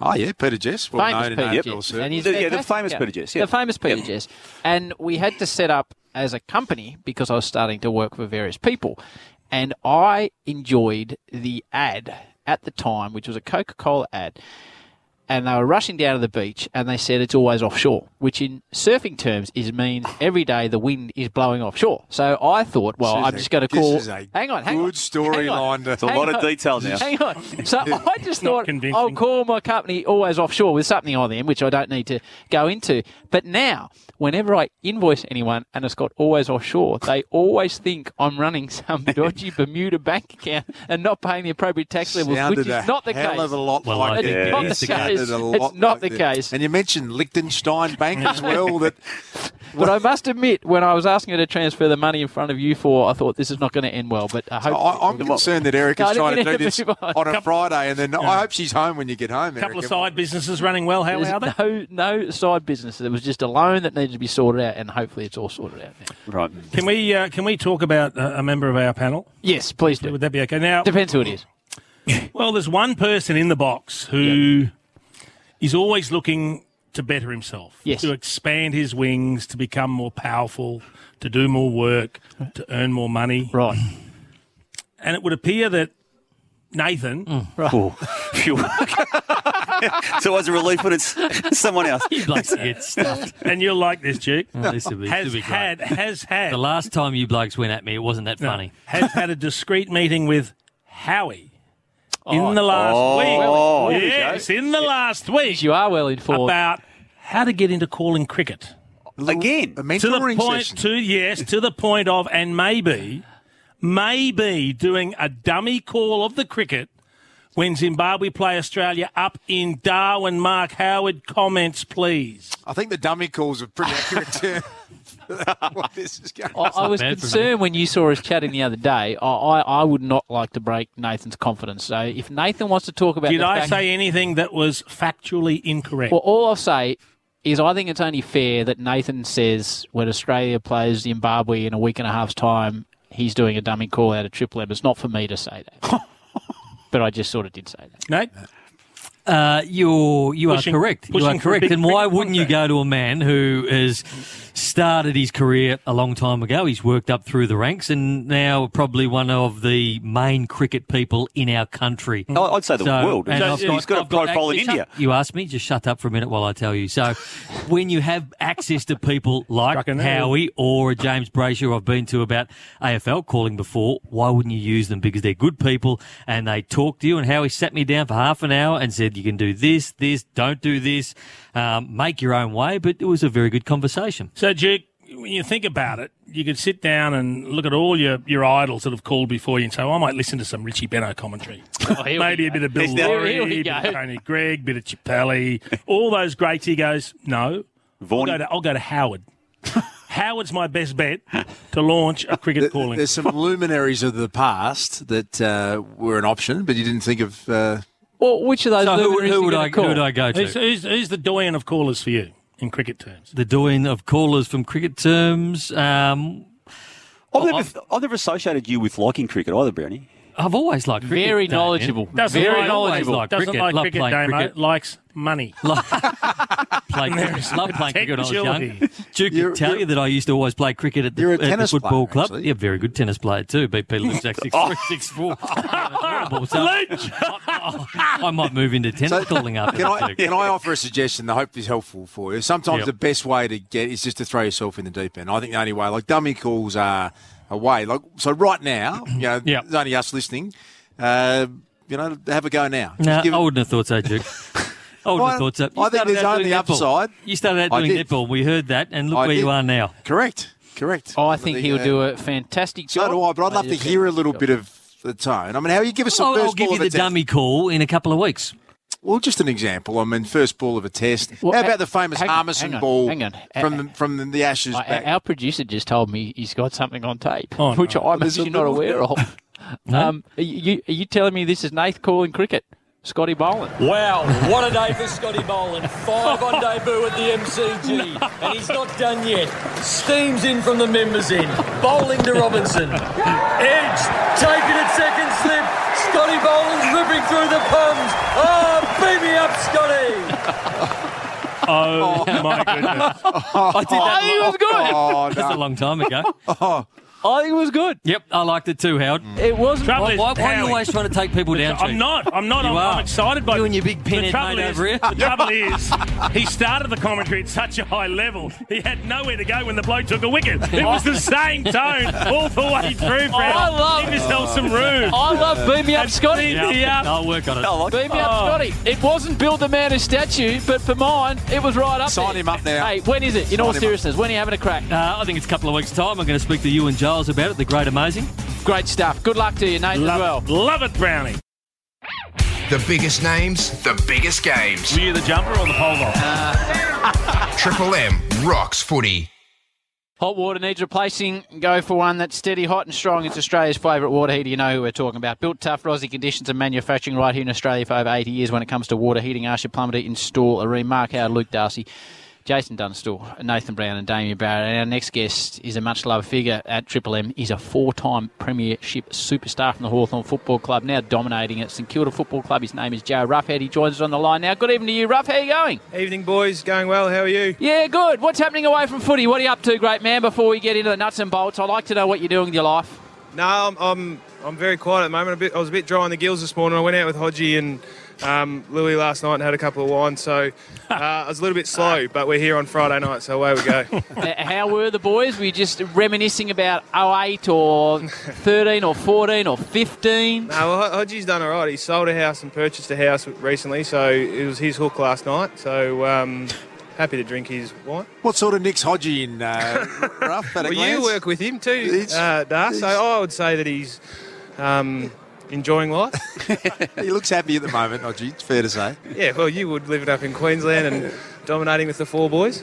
Speaker 7: Oh yeah, Peter Jess. Well
Speaker 6: famous
Speaker 7: known in
Speaker 6: Peter
Speaker 7: AFL
Speaker 6: Jess.
Speaker 7: circles.
Speaker 6: And he's
Speaker 10: The- yeah, the
Speaker 6: fantastic
Speaker 10: famous
Speaker 6: guy.
Speaker 10: Peter Jess, yeah.
Speaker 6: The famous Peter Jess. And we had to set up as a company because I was starting to work for various people. And I enjoyed the ad at the time, which was a Coca Cola ad. And they were rushing down to the beach and they said it's always offshore, which in surfing terms is means every day the wind is blowing offshore. So I thought, well,
Speaker 7: This is
Speaker 6: I'm
Speaker 7: a-
Speaker 6: just going to call.
Speaker 7: This is a
Speaker 6: hang on, hang on.
Speaker 7: good storyline.
Speaker 6: It's a Hang lot of on. detail now. Hang on. *laughs*
Speaker 7: *laughs*
Speaker 6: So I just thought oh, I'll call my company always offshore with something on them, which I don't need to go into. But now, whenever I invoice anyone and it's got always offshore, they always think I'm running
Speaker 7: *laughs*
Speaker 6: some dodgy Bermuda bank account and not paying the appropriate tax levels,
Speaker 7: Sounded
Speaker 6: which
Speaker 7: a
Speaker 6: is not the
Speaker 7: hell
Speaker 6: case.
Speaker 7: of a lot
Speaker 6: Well,
Speaker 7: like
Speaker 6: I think
Speaker 7: that.
Speaker 6: it is the case.
Speaker 7: Sounded a
Speaker 6: It's
Speaker 7: lot
Speaker 6: not
Speaker 7: like
Speaker 6: the
Speaker 7: that.
Speaker 6: case.
Speaker 7: And you mentioned Liechtenstein
Speaker 6: *laughs*
Speaker 7: Bank as well. That
Speaker 6: But I must admit, when I was asking her to transfer the money in front of you for, I thought this is not going to end well. But I hope
Speaker 7: I, I'm concerned that Eric
Speaker 6: No,
Speaker 7: is
Speaker 6: I don't
Speaker 7: trying to do
Speaker 6: mean
Speaker 7: this
Speaker 6: move
Speaker 7: on, a Friday, and then I hope she's home when you get home.
Speaker 6: A couple of
Speaker 7: Erica.
Speaker 8: Side businesses running well. How
Speaker 6: There's
Speaker 8: are they?
Speaker 6: No, no side business. There was just a loan that needed to be sorted out, and hopefully it's all sorted out. Now.
Speaker 10: Right.
Speaker 8: Can we uh, can we talk about uh, a member of our panel?
Speaker 6: Yes, please do.
Speaker 8: Would that be okay? Now
Speaker 6: depends who it is.
Speaker 8: Well, there's one person in the box who is always looking to better himself,
Speaker 6: Yes.
Speaker 8: to expand his wings, to become more powerful, to do more work, to earn more money.
Speaker 6: Right.
Speaker 8: And it would appear that Nathan,
Speaker 6: Mm. *laughs*
Speaker 10: Oh, phew. *laughs* it's always a relief when it's someone else.
Speaker 9: You'd like to get stuffed.
Speaker 8: and you'll like this, Duke,
Speaker 9: Oh, this will be- this
Speaker 8: has
Speaker 9: will be great.
Speaker 8: had has had
Speaker 9: The last time you blokes went at me, it wasn't that
Speaker 8: No.
Speaker 9: funny.
Speaker 8: has had a discreet meeting with Howie
Speaker 9: Oh.
Speaker 8: in the last
Speaker 9: Oh. Oh,
Speaker 8: week.
Speaker 9: there we go.
Speaker 8: yes, in the last week.
Speaker 6: You are well informed.
Speaker 8: about how to get into calling cricket
Speaker 10: again.
Speaker 7: A
Speaker 8: to the
Speaker 7: mentoring
Speaker 8: point
Speaker 7: session.
Speaker 8: to yes to the point of and maybe maybe doing a dummy call of the cricket when Zimbabwe play Australia up in Darwin. Mark Howard comments, please.
Speaker 7: I think the dummy calls are pretty accurate too. *laughs* what this is going.
Speaker 6: I, I was concerned when you saw us chatting the other day. I, I, I would not like to break Nathan's confidence. So if Nathan wants to talk about
Speaker 8: Did
Speaker 6: the
Speaker 8: I
Speaker 6: fact-
Speaker 8: say anything that was factually incorrect?
Speaker 6: Well, all I'll say is I think it's only fair that Nathan says when Australia plays Zimbabwe in a week and a half's time, he's doing a dummy call out of Triple M. It's not for me to say
Speaker 7: *laughs*
Speaker 6: that. but I just sort of did say that.
Speaker 8: Nate?
Speaker 9: Uh, you're you
Speaker 6: Pushing-
Speaker 9: are correct. You
Speaker 6: pushing
Speaker 9: are
Speaker 6: for a
Speaker 9: correct.
Speaker 6: big
Speaker 9: And why
Speaker 6: cricket
Speaker 9: wouldn't you go to a man who has started his career a long time ago? He's worked up through the ranks and now probably one of the main cricket people in our country.
Speaker 10: Oh, I'd say the world.
Speaker 9: and
Speaker 10: He's
Speaker 9: I've
Speaker 10: got- he's got a
Speaker 9: I've got
Speaker 10: profile in
Speaker 9: access-
Speaker 10: India.
Speaker 9: You asked me, just shut up for a minute while I tell you. So, *laughs* when you have access to people like
Speaker 8: an nerve.
Speaker 9: Howie or a James Brazier, I've been to about AFL calling before, why wouldn't you use them? Because they're good people and they talk to you. And Howie sat me down for half an hour and said, you can do this, this, don't do this, um, make your own way. But it was a very good conversation.
Speaker 8: So, Duke, when you think about it, you could sit down and look at all your, your idols that have called before you and say, well, I might listen to some Richie Beno commentary.
Speaker 6: Oh, here we
Speaker 8: Maybe a
Speaker 6: go.
Speaker 8: bit of Bill
Speaker 6: He's now-
Speaker 8: Laurie,
Speaker 6: Here
Speaker 8: a
Speaker 6: we
Speaker 8: bit of
Speaker 6: go.
Speaker 8: Tony Gregg, bit of Chappelle, all those greats. He goes, no, I'll
Speaker 10: Vaughan.
Speaker 8: go, to, I'll go to Howard. *laughs* Howard's my best bet to launch a cricket calling.
Speaker 7: There's some luminaries of the past that uh, were an option, but you didn't think of. Uh,
Speaker 6: Well, which of those luminaries are you gonna call?
Speaker 8: Who's, who's, who's the doyen of callers for you in cricket terms?
Speaker 9: The doing of callers from cricket terms. Um,
Speaker 10: I've
Speaker 9: Oh,
Speaker 10: never, I've never associated you with liking cricket either, Brownie.
Speaker 9: I've always liked cricket.
Speaker 6: Very
Speaker 9: Damien.
Speaker 6: knowledgeable.
Speaker 8: Doesn't like,
Speaker 9: Like
Speaker 8: doesn't
Speaker 9: cricket.
Speaker 8: like
Speaker 9: Love
Speaker 8: cricket,
Speaker 9: playing
Speaker 8: Damo.
Speaker 9: cricket.
Speaker 8: Likes
Speaker 9: *laughs*
Speaker 8: money.
Speaker 9: Played
Speaker 8: There
Speaker 9: cricket.
Speaker 8: is
Speaker 9: Loved
Speaker 8: a
Speaker 9: playing cricket when I was young.
Speaker 8: technicality.
Speaker 9: Duke
Speaker 8: You're-
Speaker 9: could tell
Speaker 8: you're-
Speaker 9: you that I used to always play cricket at the,
Speaker 8: You're a
Speaker 9: at the
Speaker 8: tennis
Speaker 9: football
Speaker 8: player,
Speaker 9: club.
Speaker 8: actually.
Speaker 9: Yeah, very good tennis player too. BP
Speaker 14: *laughs*
Speaker 9: Lutzak *laughs* six three six four. I might move into tennis calling after
Speaker 7: can
Speaker 9: that,
Speaker 7: I,
Speaker 9: Duke.
Speaker 7: can I offer a suggestion that I hope is helpful for you? Sometimes
Speaker 9: Yep.
Speaker 7: the best way to get is just to throw yourself in the deep end. I think the only way, like dummy calls are a way. Like so, right now, you know, there's only us listening. Uh, you know, have a go now.
Speaker 9: No,
Speaker 7: Just give
Speaker 9: I
Speaker 7: it-
Speaker 9: wouldn't have thought so, Duke. I wouldn't have thought so. You
Speaker 7: I think
Speaker 9: started
Speaker 7: there's
Speaker 9: out
Speaker 7: only
Speaker 9: doing netball.
Speaker 7: upside.
Speaker 9: You started out
Speaker 7: I
Speaker 9: doing
Speaker 7: did.
Speaker 9: netball. We heard that, and look
Speaker 7: I
Speaker 9: where you
Speaker 7: did.
Speaker 9: are now.
Speaker 7: Correct. Correct.
Speaker 6: I think
Speaker 7: the,
Speaker 6: he'll
Speaker 7: uh,
Speaker 6: do a fantastic job.
Speaker 7: So do I, but I'd love to
Speaker 6: just-
Speaker 7: hear a little bit of the tone. I mean, how you give us some
Speaker 9: I'll,
Speaker 7: first
Speaker 9: I'll give
Speaker 7: ball
Speaker 9: you
Speaker 7: of
Speaker 9: the
Speaker 7: a test?
Speaker 9: dummy call in a couple of weeks.
Speaker 7: Well, just an example. I mean, first ball of a test.
Speaker 6: Well,
Speaker 7: how
Speaker 6: ha-
Speaker 7: about the famous
Speaker 6: hang on,
Speaker 7: Harmison
Speaker 6: hang on,
Speaker 7: ball
Speaker 6: hang on. Eh,
Speaker 7: from the, from the, the Ashes
Speaker 6: I-
Speaker 7: back?
Speaker 6: Our producer just told me he's got something on tape,
Speaker 7: Oh, no.
Speaker 6: which I'm
Speaker 7: There's a
Speaker 6: actually not
Speaker 7: little-
Speaker 6: aware
Speaker 7: *laughs*
Speaker 6: of. Um, are, you, are you telling me this is Nath calling cricket? Scotty Boland.
Speaker 15: Wow, what a day for Scotty Boland. Five on debut at the
Speaker 9: *laughs*
Speaker 15: MCG. And he's not done yet. Steams in from the members end. Bowling to Robinson. Edge, taking it second slip. Scotty Ah, Boland's ripping through the pumps. Oh, beat me up, Scotty.
Speaker 8: Oh, my goodness.
Speaker 9: I did *laughs* that.
Speaker 8: Oh, he was
Speaker 9: good.
Speaker 8: Oh, no.
Speaker 9: *laughs* That's a long time ago. I think it was good. Yep, I liked it too, Howard. It wasn't.
Speaker 8: Trouble
Speaker 9: Why,
Speaker 8: is,
Speaker 9: why, why are you
Speaker 8: Howie-
Speaker 9: always trying to take people
Speaker 8: The
Speaker 9: down?
Speaker 8: tr- I'm
Speaker 9: Chief?
Speaker 8: not. I'm not.
Speaker 9: You
Speaker 8: I'm,
Speaker 9: are.
Speaker 8: I'm excited by
Speaker 9: you and your big
Speaker 8: the
Speaker 9: pinhead
Speaker 8: trouble
Speaker 9: mate
Speaker 8: is,
Speaker 9: over here.
Speaker 8: The
Speaker 9: *laughs*
Speaker 8: trouble is, he started the commentary at such a high level, he had nowhere to go when the bloke took a wicket. It was the same tone all the
Speaker 6: *laughs*
Speaker 8: way through, Brad.
Speaker 6: I love- Oh,
Speaker 8: Give yourself some room.
Speaker 6: I love Beat Me Up
Speaker 8: And
Speaker 6: Scotty.
Speaker 8: Beat Me Up.
Speaker 9: I'll work on it.
Speaker 6: Beat me up,
Speaker 8: Oh.
Speaker 6: Scotty. It wasn't build the man a statue, but for mine, it was right up
Speaker 9: Sign
Speaker 6: there.
Speaker 9: him up now.
Speaker 6: Hey, when is it? In
Speaker 9: Sign
Speaker 6: all
Speaker 9: him up.
Speaker 6: seriousness, when are you having a crack?
Speaker 9: Uh, I think it's a couple of weeks' time. I'm going to speak to you and Giles about it. The Great Amazing.
Speaker 6: Great stuff. Good luck to you, Nate, as
Speaker 8: well. Love it, Brownie.
Speaker 2: The biggest names, the biggest games. Were
Speaker 8: you the jumper or the pole vault?
Speaker 2: Triple M rocks footy.
Speaker 6: Hot water needs replacing. Go for one that's steady, hot, and strong. It's Australia's favourite water heater. You know who we're talking about. Built tough, Rosie conditions and manufacturing right here in Australia for over 80 years when it comes to water heating. Arsha Plummeter install a Mark Howard, Luke Darcy, Jason Dunstall, Nathan Brown, and Damien Barrett. And our next guest is a much loved figure at Triple M. He's a four time Premiership superstar from the Hawthorn Football Club, now dominating at St Kilda Football Club. His name is Joe Roughhead. He joins us on the line now. Good evening to you, Rough. How you going?
Speaker 16: Evening, boys. Going well. How are you?
Speaker 6: Yeah, good. What's happening away from footy? What are you up to, great man? Before we get into the nuts and bolts, I'd like to know what you're doing with your
Speaker 16: *laughs*
Speaker 6: life.
Speaker 16: No, I'm, I'm, I'm very quiet at the moment. A bit, I was a bit dry on the gills this morning. I went out with Hodgie and um, Louis last night and had a couple of wines,
Speaker 6: *laughs*
Speaker 16: so uh, I was a little bit slow. But we're here on Friday night, so away we go.
Speaker 6: *laughs* Uh, How were the boys? Were you just reminiscing about 08 or 13 or 14 or 15?
Speaker 16: No, well, Hod- Hodgie's done all right. He sold a house and purchased a house recently, so it was his hook last night. So um, happy to drink his wine.
Speaker 7: What sort of Nick's Hodgie in
Speaker 16: *laughs*
Speaker 7: uh, rough? At a
Speaker 16: well, you
Speaker 7: glance?
Speaker 16: work with him too, uh, Dar, so I would say that he's um, enjoying life.
Speaker 7: *laughs* he looks happy at the moment, Hodgie. It's fair to say.
Speaker 16: Yeah, well, you would living up in Queensland and dominating with the four boys.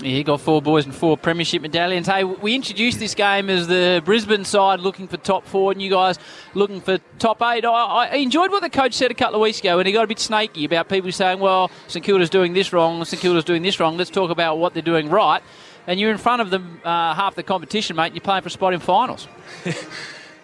Speaker 6: Yeah, you got four boys and four premiership medallions. Hey, we introduced this game as the Brisbane side looking for top four, and you guys looking for top eight. I, I enjoyed what the coach said a couple of weeks ago, and he got a bit snaky about people saying, "Well, St Kilda's doing this wrong, St Kilda's doing this wrong." Let's talk about what they're doing right. And you're in front of them uh, half the competition, mate. And you're playing for a spot in finals.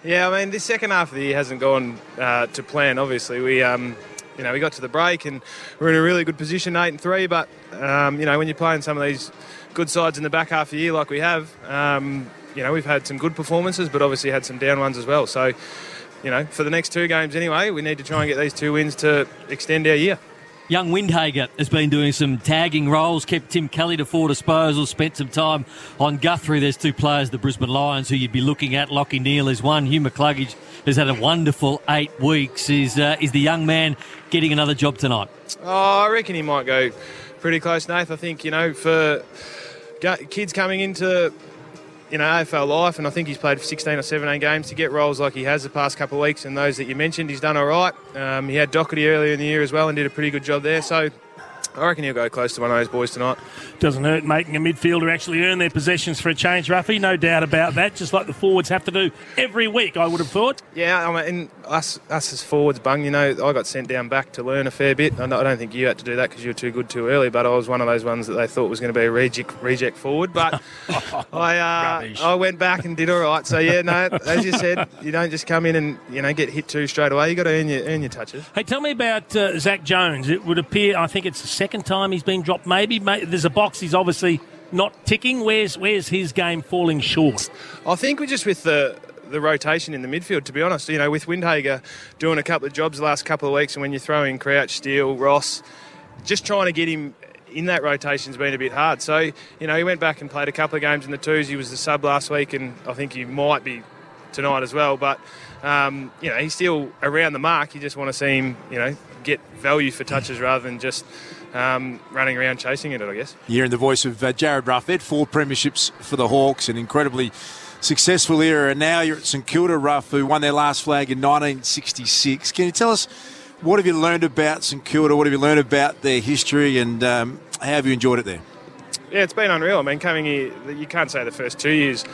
Speaker 16: Yeah, I mean, the second half of the year hasn't gone uh, to plan. Obviously, we, um, you know, we got to the break and we're in a really good position, eight and three. But um, you know, when you're playing some of these good sides in the back half of the year, like we have, um, you know, we've had some good performances, but obviously had some down ones as well. So, you know, for the next two games anyway, we need to try and get these two wins to extend our year.
Speaker 9: Young Windhager has been doing some tagging roles, kept Tim Kelly to four disposals, spent some time on Guthrie. There's two players, the Brisbane Lions, who you'd be looking at. Lockie Neal is one. Hugh McCluggage has had a wonderful eight weeks. Is, uh, is the young man getting another job tonight?
Speaker 16: Oh, I reckon he might go pretty close, Nath. I think you know for ga- kids coming into you know AFL life, and I think he's played 16 or 17 games to get roles like he has the past couple of weeks, and those that you mentioned, he's done all right. Um, he had Doherty earlier in the year as well, and did a pretty good job there. So I reckon he'll go close to one of those boys tonight.
Speaker 8: Doesn't hurt making a midfielder actually earn their possessions for a change, Ruffy. No doubt about that. Just like the forwards have to do every week, I would have thought.
Speaker 16: Yeah, I mean, and us us as forwards, bung. You know, I got sent down back to learn a fair bit. I don't- I don't think you had to do that because you were too good too early. But I was one of those ones that they thought was going to be a reject, reject forward.
Speaker 8: *laughs*
Speaker 16: But I uh, I went back and did all right. So yeah, no, as you said, you don't just come in and you know get hit to straight away. You got to earn your earn your touches.
Speaker 8: Hey, tell me about uh, Zach Jones. It would appear, I think it's the second time he's been dropped. Maybe, may there's a box he's obviously not ticking. Where's where's his game falling short?
Speaker 16: I think we're just with the the rotation in the midfield. To be honest, you know, with Windhager doing a couple of jobs the last couple of weeks, and when you throw in Crouch, Steele, Ross, just trying to get him in that rotation's been a bit hard. So you know, he went back and played a couple of games in the twos. He was the sub last week, and I think he might be tonight as well. But um, you know, he's still around the mark. You just want to see him, you know, get value for touches rather than just um, running around chasing it. I guess.
Speaker 7: You're in the voice of uh, Jared Ruffhead, four premierships for the Hawks, an incredibly successful era. And now you're at St Kilda Ruff, who won their last flag in 1966. Can you tell us what have you learned about St Kilda? What have you learned about their history, and um, how have you enjoyed it there?
Speaker 16: Yeah, it's been unreal. I mean, coming here, you can't say the first two years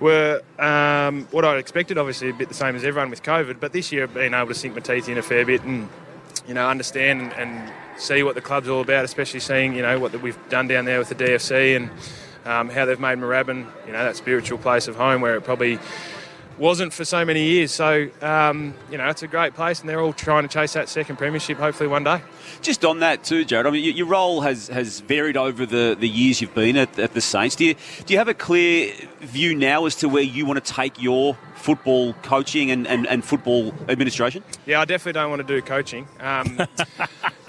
Speaker 16: were um, what I expected. Obviously, a bit the same as everyone with COVID, but this year I've been able to sink my teeth in a fair bit and you know understand and, and see what the club's all about. Especially seeing you know what that we've done down there with the DFC and um, how they've made Moorabbin, you know, that spiritual place of home where it probably wasn't for so many years. So, um, you know, it's a great place, and they're all trying to chase that second premiership hopefully one day.
Speaker 10: Just on that too, Jared. I mean, y- your role has, has varied over the, the years you've been at, at the Saints. Do you do you have a clear view now as to where you want to take your football coaching and, and, and football administration?
Speaker 16: Yeah, I definitely don't want to do coaching. Um,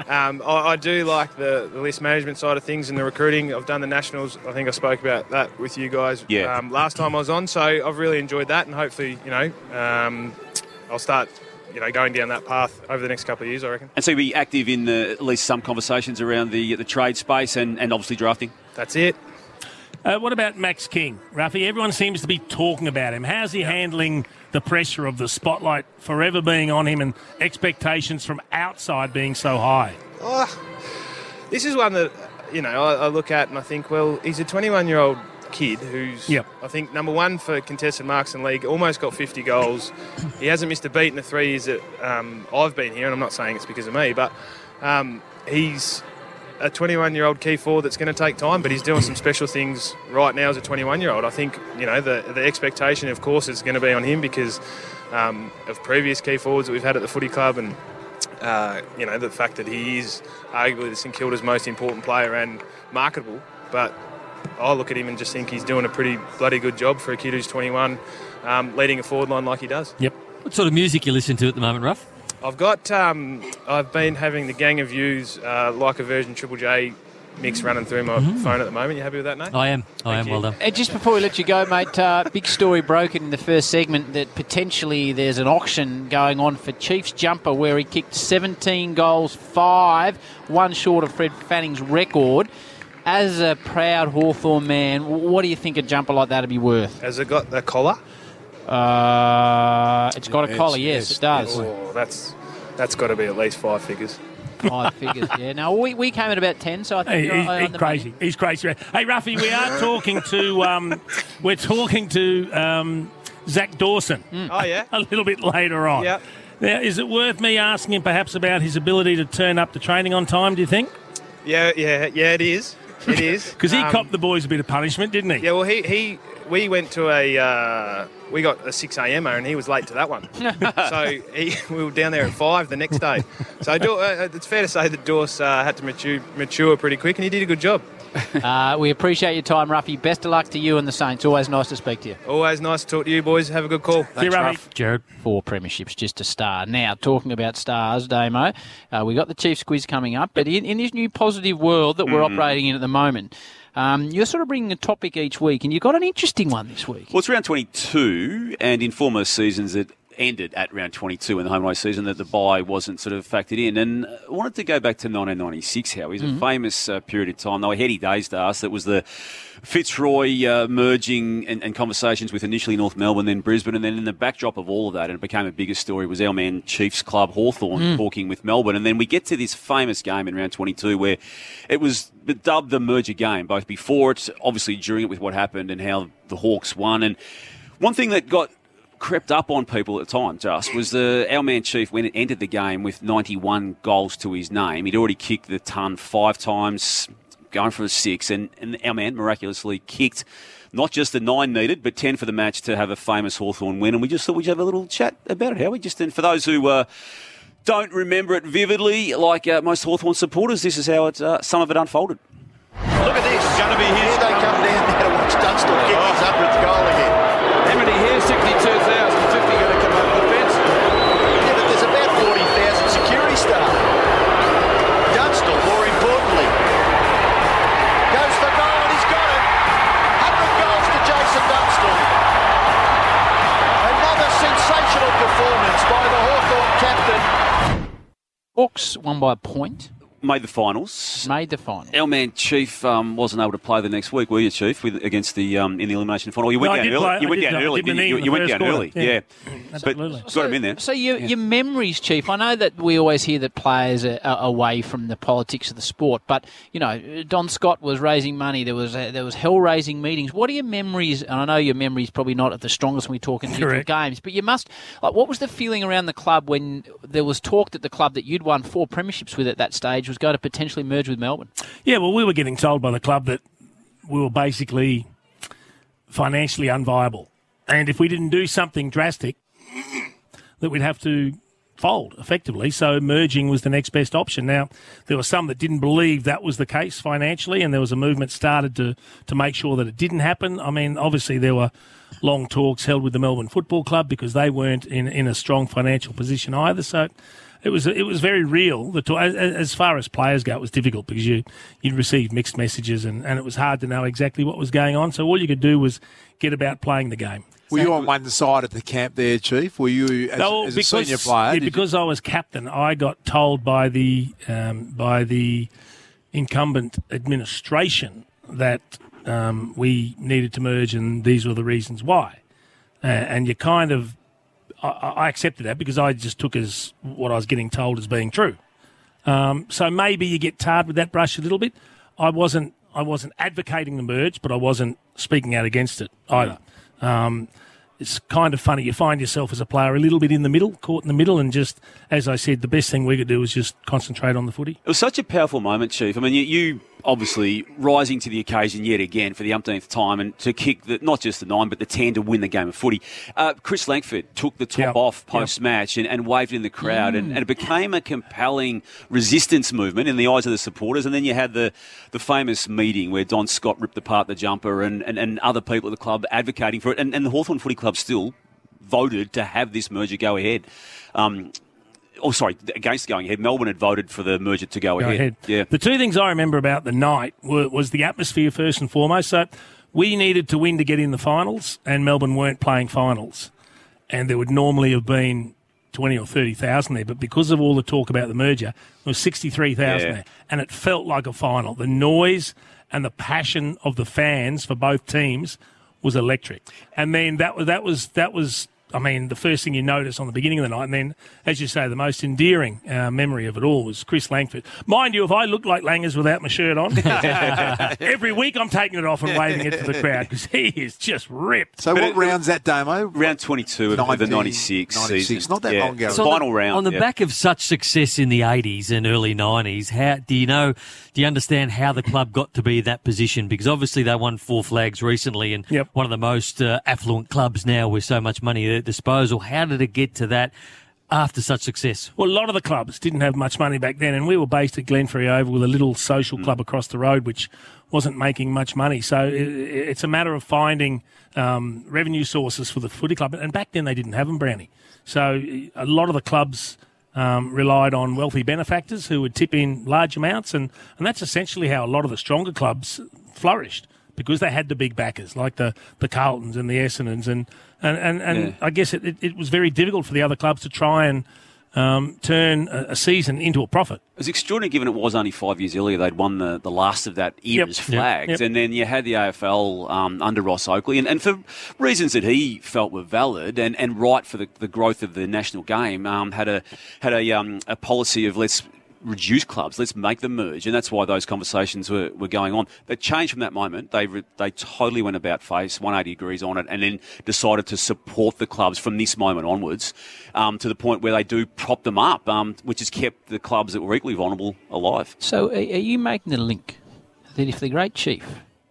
Speaker 16: um, I, I do like the, the list management side of things and the recruiting. I've done the nationals. I think I spoke about that with you guys
Speaker 10: Yeah.
Speaker 16: um, last time I was on. So I've really enjoyed that, and hopefully, you know, um, I'll start, you know, going down that path over the next couple of years. I reckon.
Speaker 10: And so you'll be active in the, at least some conversations around the the trade space and, and obviously drafting.
Speaker 16: That's it.
Speaker 8: Uh, what about Max King, Ruffy? Everyone seems to be talking about him. How's he handling the pressure of the spotlight forever being on him and expectations from outside being so high?
Speaker 16: Oh, this is one that you know I, I look at and I think, well, he's a 21 year old kid who's
Speaker 8: Yep.
Speaker 16: I think number one for contested marks in league, almost got 50 goals. he hasn't missed a beat in the three years that um, I've been here, and I'm not saying it's because of me, but um, he's a 21 year old key forward that's going to take time, but he's doing some special things right now as a 21 year old. I think you know the the expectation, of course, is going to be on him because um, of previous key forwards that we've had at the footy club and uh, you know, the fact that he is arguably the St Kilda's most important player and marketable. But I look at him and just think he's doing a pretty bloody good job for a kid who's 21, um, leading a forward line like he does.
Speaker 9: Yep. What sort of music you listen to at the moment, Ruff?
Speaker 16: I've got, um, I've been having the Gang of Views uh, like a version Triple J mix running through my
Speaker 8: Mm-hmm.
Speaker 16: phone at the moment. You happy with that, Nate?
Speaker 9: I am. I am.
Speaker 16: you.
Speaker 9: Well done.
Speaker 6: And Uh, just before we let you go, mate, uh, big story broken in the first segment that potentially there's an auction going on for Chiefs jumper where he kicked 17 goals, five, one short of Fred Fanning's record. As a proud Hawthorn man, wh- what do you think a jumper like that would be worth?
Speaker 16: Has it got a collar?
Speaker 6: Uh, it's got a collar, yes, it does.
Speaker 16: Oh, that's that's got to be at least five figures.
Speaker 6: Five figures,
Speaker 8: *laughs*
Speaker 6: yeah. No, we, we came at about 10, so I think
Speaker 8: Hey,
Speaker 6: you're
Speaker 8: he's,
Speaker 6: on
Speaker 8: he's
Speaker 6: the money.
Speaker 8: crazy. He's crazy. Hey, Ruffy, we are talking to um, we're talking to um, Zach Dawson.
Speaker 16: Oh yeah,
Speaker 8: *laughs* a little bit later on.
Speaker 16: Yep.
Speaker 8: Now, is it worth me asking him perhaps about his ability to turn up to training on time? Do you think?
Speaker 16: Yeah, yeah, yeah. It is.
Speaker 8: *laughs*
Speaker 16: It is
Speaker 8: Because he
Speaker 16: Um,
Speaker 8: copped the boys a bit of punishment, didn't he?
Speaker 16: Yeah, well, he, he we went to a uh, we got a six a.m. and he was late to
Speaker 8: *laughs*
Speaker 16: that one. so he, *laughs* we were down there at five the next day. So Dor- uh, it's fair to say that Dorse uh, had to mature, mature pretty quick, and he did a good job.
Speaker 6: Uh, we appreciate your time, Ruffy. Best of luck to you and the Saints. Always nice to speak to you.
Speaker 16: Always nice to talk to you boys. Have a good call.
Speaker 6: Jared. Four premierships, just a star. Now, talking about stars, Damo, uh, we got the Chiefs quiz coming up, but in, in this new positive world that we're
Speaker 10: Mm.
Speaker 6: operating in at the moment, um, you're sort of bringing a topic each week, and you've got an interesting one this week.
Speaker 10: Well, it's round 22, and in former seasons, it ended at round 22 in the home race season that the buy wasn't sort of factored in. And I wanted to go back to 1996, how is
Speaker 17: Mhm.
Speaker 10: a famous uh, period of time. They were heady days to us. That was the Fitzroy uh, merging and, and conversations with initially North Melbourne, then Brisbane, and then in the backdrop of all of that, and it became a bigger story, was our man Chiefs Club Hawthorn
Speaker 17: Mm.
Speaker 10: talking with Melbourne. And then we get to this famous game in round 22 where it was dubbed the merger game, both before it, obviously during it with what happened and how the Hawks won. And one thing that got crept up on people at the time, just was the our man Chief when it entered the game with 91 goals to his name. He'd already kicked the ton five times, going for a six, and, and our man miraculously kicked not just the nine needed, but 10 for the match to have a famous Hawthorn win. And we just thought we'd have a little chat about it, how we just, and for those who uh, don't remember it vividly, like uh, most Hawthorn supporters, this is how it, uh, some of it unfolded.
Speaker 18: Look at this. It's going to be his. They come down there to watch Dunstall kick his 100th goal again. How many here? 62,050 going to come over the fence. Yeah, but there's about 40,000 security staff. Dunstall, more importantly, goes for goal and he's got it. 100 goals to Jason Dunstall. Another sensational performance by the Hawthorn captain.
Speaker 6: Hawks won by a point.
Speaker 10: Made the finals.
Speaker 6: Made the finals.
Speaker 10: Our man Chief um, wasn't able to play the next week, were you, Chief, with, against the um, in the elimination final? You went
Speaker 6: No, I
Speaker 10: down
Speaker 6: did
Speaker 10: early.
Speaker 6: play-
Speaker 10: you
Speaker 6: I
Speaker 10: went
Speaker 6: did-
Speaker 10: down
Speaker 6: I did
Speaker 10: early.
Speaker 6: my
Speaker 10: didn't
Speaker 6: knee
Speaker 10: You,
Speaker 6: in the
Speaker 10: you went
Speaker 6: first
Speaker 10: down
Speaker 6: quarter.
Speaker 10: early.
Speaker 6: Yeah.
Speaker 10: Yeah,
Speaker 6: Absolutely.
Speaker 10: But got him in there.
Speaker 6: So your, your memories, Chief. I know that we always hear that players are, are away from the politics of the sport, but you know Don Scott was raising money. There was uh, there was hell raising meetings. What are your memories? And I know your memories probably not at the strongest when we talk in individual
Speaker 19: Correct.
Speaker 6: games, but you must. Like, what was the feeling around the club when there was talk that the club that you'd won four premierships with at that stage was going to potentially merge with Melbourne?
Speaker 8: Yeah, well, we were getting told by the club that we were basically financially unviable. And if we didn't do something drastic, that we'd have to fold effectively. So merging was the next best option. Now, there were some that didn't believe that was the case financially, and there was a movement started to, to make sure that it didn't happen. I mean, obviously, there were long talks held with the Melbourne Football Club because they weren't in, in a strong financial position either. So it was it was very real. The talk, as, as far as players go, it was difficult because you you'd receive mixed messages and, and it was hard to know exactly what was going on. So all you could do was get about playing the game.
Speaker 7: Were you on one side of the camp there, Chief? Were you as,
Speaker 8: No,
Speaker 7: as a senior player?
Speaker 8: yeah,
Speaker 7: did you-
Speaker 8: because I was captain, I got told by the um, by the incumbent administration that um, we needed to merge, and these were the reasons why. Uh, and you kind of, I, I accepted that because I just took as what I was getting told as being true. Um, so maybe you get tarred with that brush a little bit. I wasn't. I wasn't advocating the merge, but I wasn't speaking out against it either. Um, it's kind of funny. You find yourself as a player a little bit in the middle, caught in the middle, and just as I said, the best thing we could do was just concentrate on the footy.
Speaker 10: It was such a powerful moment, Chief. I mean, you, you obviously rising to the occasion yet again for the umpteenth time and to kick the, not just the nine, but the 10 to win the game of footy. Uh, Chris Langford took the top off post match and, and waved in the crowd, and, and it became a compelling resistance movement in the eyes of the supporters. And then you had the, the famous meeting where Don Scott ripped apart the jumper and, and, and other people at the club advocating for it. And, and the Hawthorn Footy Club still voted to have this merger go ahead. Um, oh, sorry, against going ahead. Melbourne had voted for the merger to go,
Speaker 8: Go ahead.
Speaker 10: Yeah.
Speaker 8: The two things I remember about the night were, was the atmosphere first and foremost. So we needed to win to get in the finals, and Melbourne weren't playing finals, and there would normally have been twenty or thirty thousand there, but because of all the talk about the merger, there was sixty three thousand
Speaker 17: Yeah.
Speaker 8: there, and it felt like a final. The noise and the passion of the fans for both teams was electric, and then that was that was that was. I mean, the first thing you notice on the beginning of the night, and then, as you say, the most endearing uh, memory of it all was Chris Langford. Mind you, if I looked like Langers without my shirt on, *laughs* every week I'm taking it off and waving it to the crowd because he is just ripped.
Speaker 7: So what round's that, Damo?
Speaker 10: Round 22 of the 96 season. Yeah.
Speaker 9: So on
Speaker 10: Final
Speaker 9: the-
Speaker 10: round.
Speaker 9: On the
Speaker 10: yeah.
Speaker 9: back of such success in the 80s and early 90s, how do you know, do you understand how the club got to be that position? Because obviously they won four flags recently and one of the most uh, affluent clubs now with so much money at their disposal. How did it get to that after such success?
Speaker 8: Well, a lot of the clubs didn't have much money back then, and we were based at Glenferrie Oval with a little social club across the road, which wasn't making much money. So i- i it's a matter of finding um, revenue sources for the footy club, and back then they didn't have them, Brownie. So i- a lot of the clubs um, relied on wealthy benefactors who would tip in large amounts, and, and that's essentially how a lot of the stronger clubs flourished. Because they had the big backers like the, the Carltons and the Essendons, and and and, and
Speaker 17: Yeah.
Speaker 8: I guess it, it, it was very difficult for the other clubs to try and um, turn a, a season into a profit.
Speaker 10: It was extraordinary given it was only five years earlier. They'd won the, the last of that era's
Speaker 8: Yep,
Speaker 10: flags.
Speaker 8: yep.
Speaker 10: And then you had the AFL um, under Ross Oakley. And, and for reasons that he felt were valid and, and right for the, the growth of the national game, um, had a had a, um, a policy of let's reduce clubs, let's make them merge. And that's why those conversations were, were going on. They changed from that moment. They, re- they totally went about face, 180 degrees on it, and then decided to support the clubs from this moment onwards um, to the point where they do prop them up, um, which has kept the clubs that were equally vulnerable alive.
Speaker 6: So, uh, are, are you making the link that if the great chief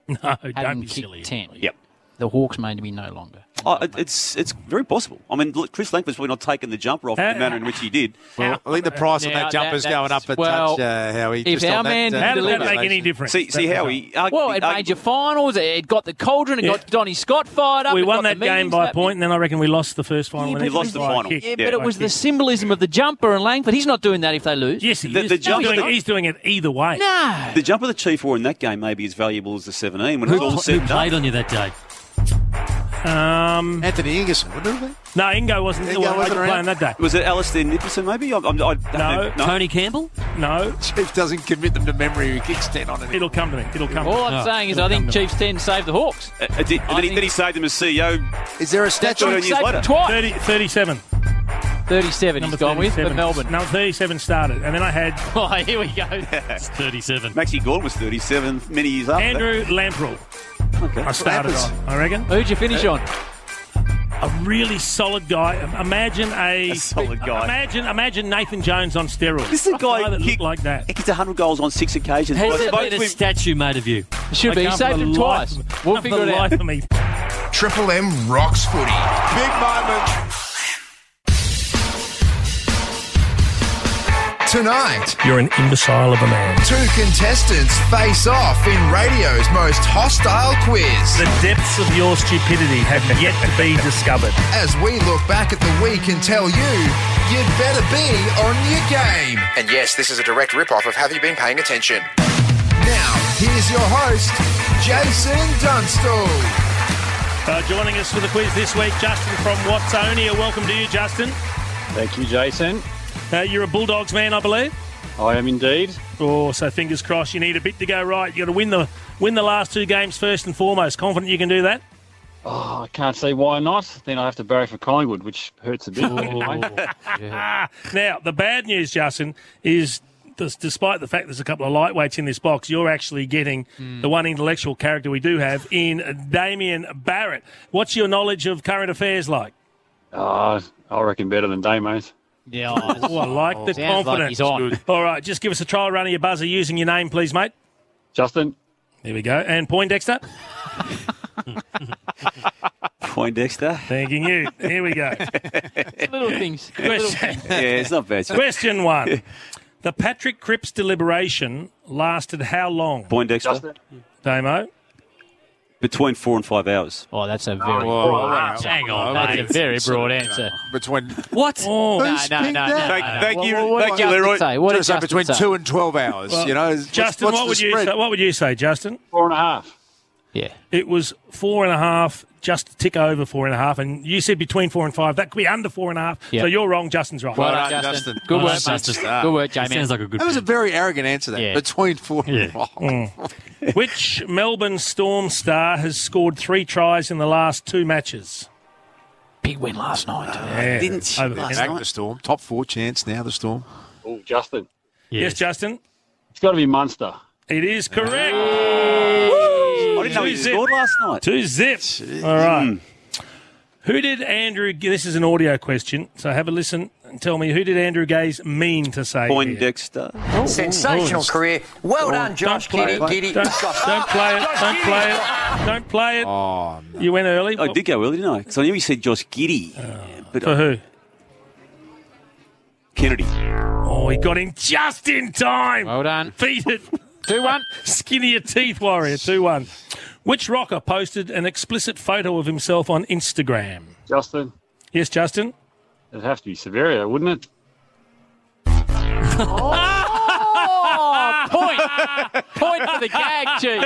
Speaker 8: no,
Speaker 6: hadn't kicked ten,
Speaker 10: Yep.
Speaker 6: the Hawks may be no longer?
Speaker 10: Oh, it- it's it's very possible. I mean, look, Chris Langford's probably not taking the jumper off in the manner in which he did.
Speaker 7: Well, I think the price on that jumper's going up a touch, uh, Howie.
Speaker 6: if
Speaker 7: just
Speaker 6: our
Speaker 7: on that,
Speaker 6: man
Speaker 7: uh,
Speaker 6: didn't deliver-
Speaker 10: See, see how he.
Speaker 6: well, it made your finals. It got the cauldron. It
Speaker 8: Yeah.
Speaker 6: got Donny Scott fired up.
Speaker 8: we
Speaker 6: it
Speaker 8: won
Speaker 6: got
Speaker 8: that
Speaker 6: the
Speaker 8: game
Speaker 6: meetings
Speaker 8: by a
Speaker 6: happening.
Speaker 8: point, and then I reckon we lost the first final.
Speaker 6: Yeah,
Speaker 8: and
Speaker 6: but
Speaker 8: it was by a kick.
Speaker 6: Yeah, but it was the symbolism of the jumper and Langford. He's not doing that if they lose.
Speaker 8: Yes, he
Speaker 10: The- is. the
Speaker 6: No,
Speaker 10: jumper-
Speaker 6: he's not.
Speaker 8: He's doing it either way.
Speaker 6: No.
Speaker 10: The jumper the Chief wore in that game may be as valuable as the 17 when
Speaker 9: Who
Speaker 10: it's all
Speaker 9: pl-
Speaker 10: said
Speaker 9: who
Speaker 10: and
Speaker 9: played
Speaker 10: done.
Speaker 9: on you that day?
Speaker 8: Um,
Speaker 7: Anthony Ingerson, wouldn't it
Speaker 8: No, Ingo wasn't,
Speaker 7: Ingo
Speaker 8: well,
Speaker 7: wasn't
Speaker 8: wasn't
Speaker 7: around.
Speaker 8: playing that day.
Speaker 10: Was it Alistair Nicholson, maybe? I, I, I don't know.
Speaker 9: Campbell?
Speaker 8: No.
Speaker 7: Chief doesn't commit them to memory who kicks 10 on it.
Speaker 8: It'll come to me. Ah, It'll come
Speaker 6: All I'm saying is, I think Chiefs ten saved the Hawks.
Speaker 10: Uh, uh, did, did, he, did he save them as CEO?
Speaker 7: Is there a
Speaker 10: statue? Years later.
Speaker 8: *laughs*
Speaker 6: Twice.
Speaker 8: 30, 37.
Speaker 6: 37
Speaker 8: Number
Speaker 6: he's gone with for
Speaker 8: 37.
Speaker 6: Melbourne.
Speaker 8: No, 37 started. And then I had...
Speaker 6: *laughs* Oh, here we go.
Speaker 10: *laughs* it's
Speaker 9: 37.
Speaker 10: Maxie Gordon was 37 many years after.
Speaker 8: Andrew Lamprell.
Speaker 10: Okay.
Speaker 8: I started on, I reckon.
Speaker 6: Who'd you finish on?
Speaker 8: A really solid guy. Um, Imagine a,
Speaker 10: solid guy.
Speaker 8: Imagine, imagine Nathan Jones on steroids.
Speaker 10: This is a guy
Speaker 8: that looked like that.
Speaker 10: He kicked 100 goals on six occasions.
Speaker 9: Has
Speaker 10: Both-
Speaker 9: there
Speaker 10: both
Speaker 9: been a
Speaker 10: with-
Speaker 9: statue made of you?
Speaker 6: Should
Speaker 8: I
Speaker 6: be. He
Speaker 8: can't
Speaker 6: saved
Speaker 8: for the
Speaker 6: him
Speaker 8: life
Speaker 6: twice.
Speaker 8: of me-
Speaker 6: We'll
Speaker 8: can't for
Speaker 6: figure
Speaker 8: the
Speaker 6: it out.
Speaker 8: life of me
Speaker 2: Triple M rocks footy. Big moment. Tonight,
Speaker 8: You're an imbecile of a man.
Speaker 2: two contestants face off in radio's most hostile quiz.
Speaker 8: The depths of your stupidity have yet to be discovered.
Speaker 2: As we look back at the week and tell you, you'd better be on your game.
Speaker 20: And yes, this is a direct rip-off of Have You Been Paying Attention?
Speaker 2: Now, here's your host, Jason Dunstall.
Speaker 8: Uh, joining us for the quiz this week, Justin from Watsonia. Welcome to you, Justin.
Speaker 9: Thank you, Jason.
Speaker 8: Uh, you're a Bulldogs man, I believe.
Speaker 9: I am indeed.
Speaker 8: Oh, so fingers crossed. You need a bit to go right. You got to win the win the last two games first and foremost. Confident you can do that?
Speaker 9: Oh, I can't see why not. Then I have to barry for Collingwood, which hurts a bit. *laughs* Anyway.
Speaker 8: Now, the bad news, Justin, is des- despite the fact there's a couple of lightweights in this box, you're actually getting the one intellectual character we do have in Damien Barrett. What's your knowledge of current affairs like?
Speaker 9: oh, I reckon better than Damos.
Speaker 6: Yeah,
Speaker 8: Oh, I like the
Speaker 6: Sounds like
Speaker 8: confidence.
Speaker 6: he's on.
Speaker 8: All right, just give us a trial run of your buzzer using your name, please, mate.
Speaker 9: Justin.
Speaker 8: There we go. And Poindexter.
Speaker 10: *laughs* Poindexter.
Speaker 8: Thanking you. Here we go.
Speaker 6: little things. Little
Speaker 8: Question.
Speaker 6: things.
Speaker 10: *laughs* Yeah, it's not bad.
Speaker 8: Question
Speaker 10: *laughs*
Speaker 8: one. The Patrick Cripps deliberation lasted how long?
Speaker 10: Poindexter. Justin.
Speaker 8: Damo.
Speaker 10: Between four and five hours.
Speaker 6: Oh, that's a very
Speaker 10: Whoa,
Speaker 6: broad
Speaker 10: wow.
Speaker 6: answer.
Speaker 10: Hang
Speaker 8: Oh,
Speaker 6: on,
Speaker 10: mate.
Speaker 6: that's a very broad answer.
Speaker 7: Between
Speaker 6: what? Oh, no,
Speaker 7: Who's
Speaker 6: no, no,
Speaker 7: picked
Speaker 6: no,
Speaker 7: that?
Speaker 6: no,
Speaker 7: Thank-
Speaker 6: no.
Speaker 7: thank
Speaker 6: What-
Speaker 7: you-
Speaker 6: what- what
Speaker 7: thank
Speaker 6: did
Speaker 7: you,
Speaker 6: Justin
Speaker 7: Leroy.
Speaker 6: say? What did
Speaker 7: Just say
Speaker 6: Justin
Speaker 7: between
Speaker 6: say?
Speaker 7: two and 12 hours, you know, is-
Speaker 8: Justin,
Speaker 7: what's-
Speaker 8: what
Speaker 7: what's
Speaker 8: would
Speaker 7: the
Speaker 8: you
Speaker 7: spread?
Speaker 8: say? What would you say, Justin?
Speaker 9: Four and a half.
Speaker 6: Yeah.
Speaker 8: It was four and a half, just a tick over four and a half, and you said between four and five. That could be under four and a half.
Speaker 7: Yeah.
Speaker 8: So you're wrong. Justin's right.
Speaker 7: Well Well done, done, Justin. Justin. Good Well work, done, mate. Justin. Good work, Jamie. Sounds like a good That was a pick. very arrogant answer. That between four and five.
Speaker 8: Mm. Which Melbourne Storm star has scored three tries in the last two matches?
Speaker 6: Big win last night.
Speaker 8: Yeah.
Speaker 7: Didn't
Speaker 8: Over-
Speaker 7: back the storm. Top four chance now. The storm.
Speaker 9: Oh, Justin.
Speaker 8: Yes. Justin.
Speaker 9: It's got to be Munster.
Speaker 8: It is correct.
Speaker 9: I didn't know he
Speaker 8: zip.
Speaker 9: scored last night. Hmm.
Speaker 8: Two zip. All right. Who did Andrew? This is an audio question, so have a listen and tell me who did Andrew Gaze mean to say?
Speaker 10: Poindexter.
Speaker 8: Oh, Sensational
Speaker 21: career. Well done, Josh. Giddy, giddy.
Speaker 8: Don't,
Speaker 21: Josh.
Speaker 8: don't play it. Don't play it. Don't play it.
Speaker 10: Oh,
Speaker 8: You went early. Oh.
Speaker 10: I did go early, didn't I? Because I knew you said Josh Giddy. but for
Speaker 8: who?
Speaker 10: Kennedy.
Speaker 8: Oh, he got him just in time.
Speaker 6: Well done.
Speaker 8: Beat
Speaker 6: *laughs*
Speaker 8: it. 2 1. Skinny your teeth, Warrior. 2 1. Which rocker posted an explicit photo of himself on Instagram?
Speaker 9: Justin.
Speaker 8: Yes, Justin?
Speaker 9: It'd have to be Severio, wouldn't it?
Speaker 6: Oh, point. point for the gag, Chief.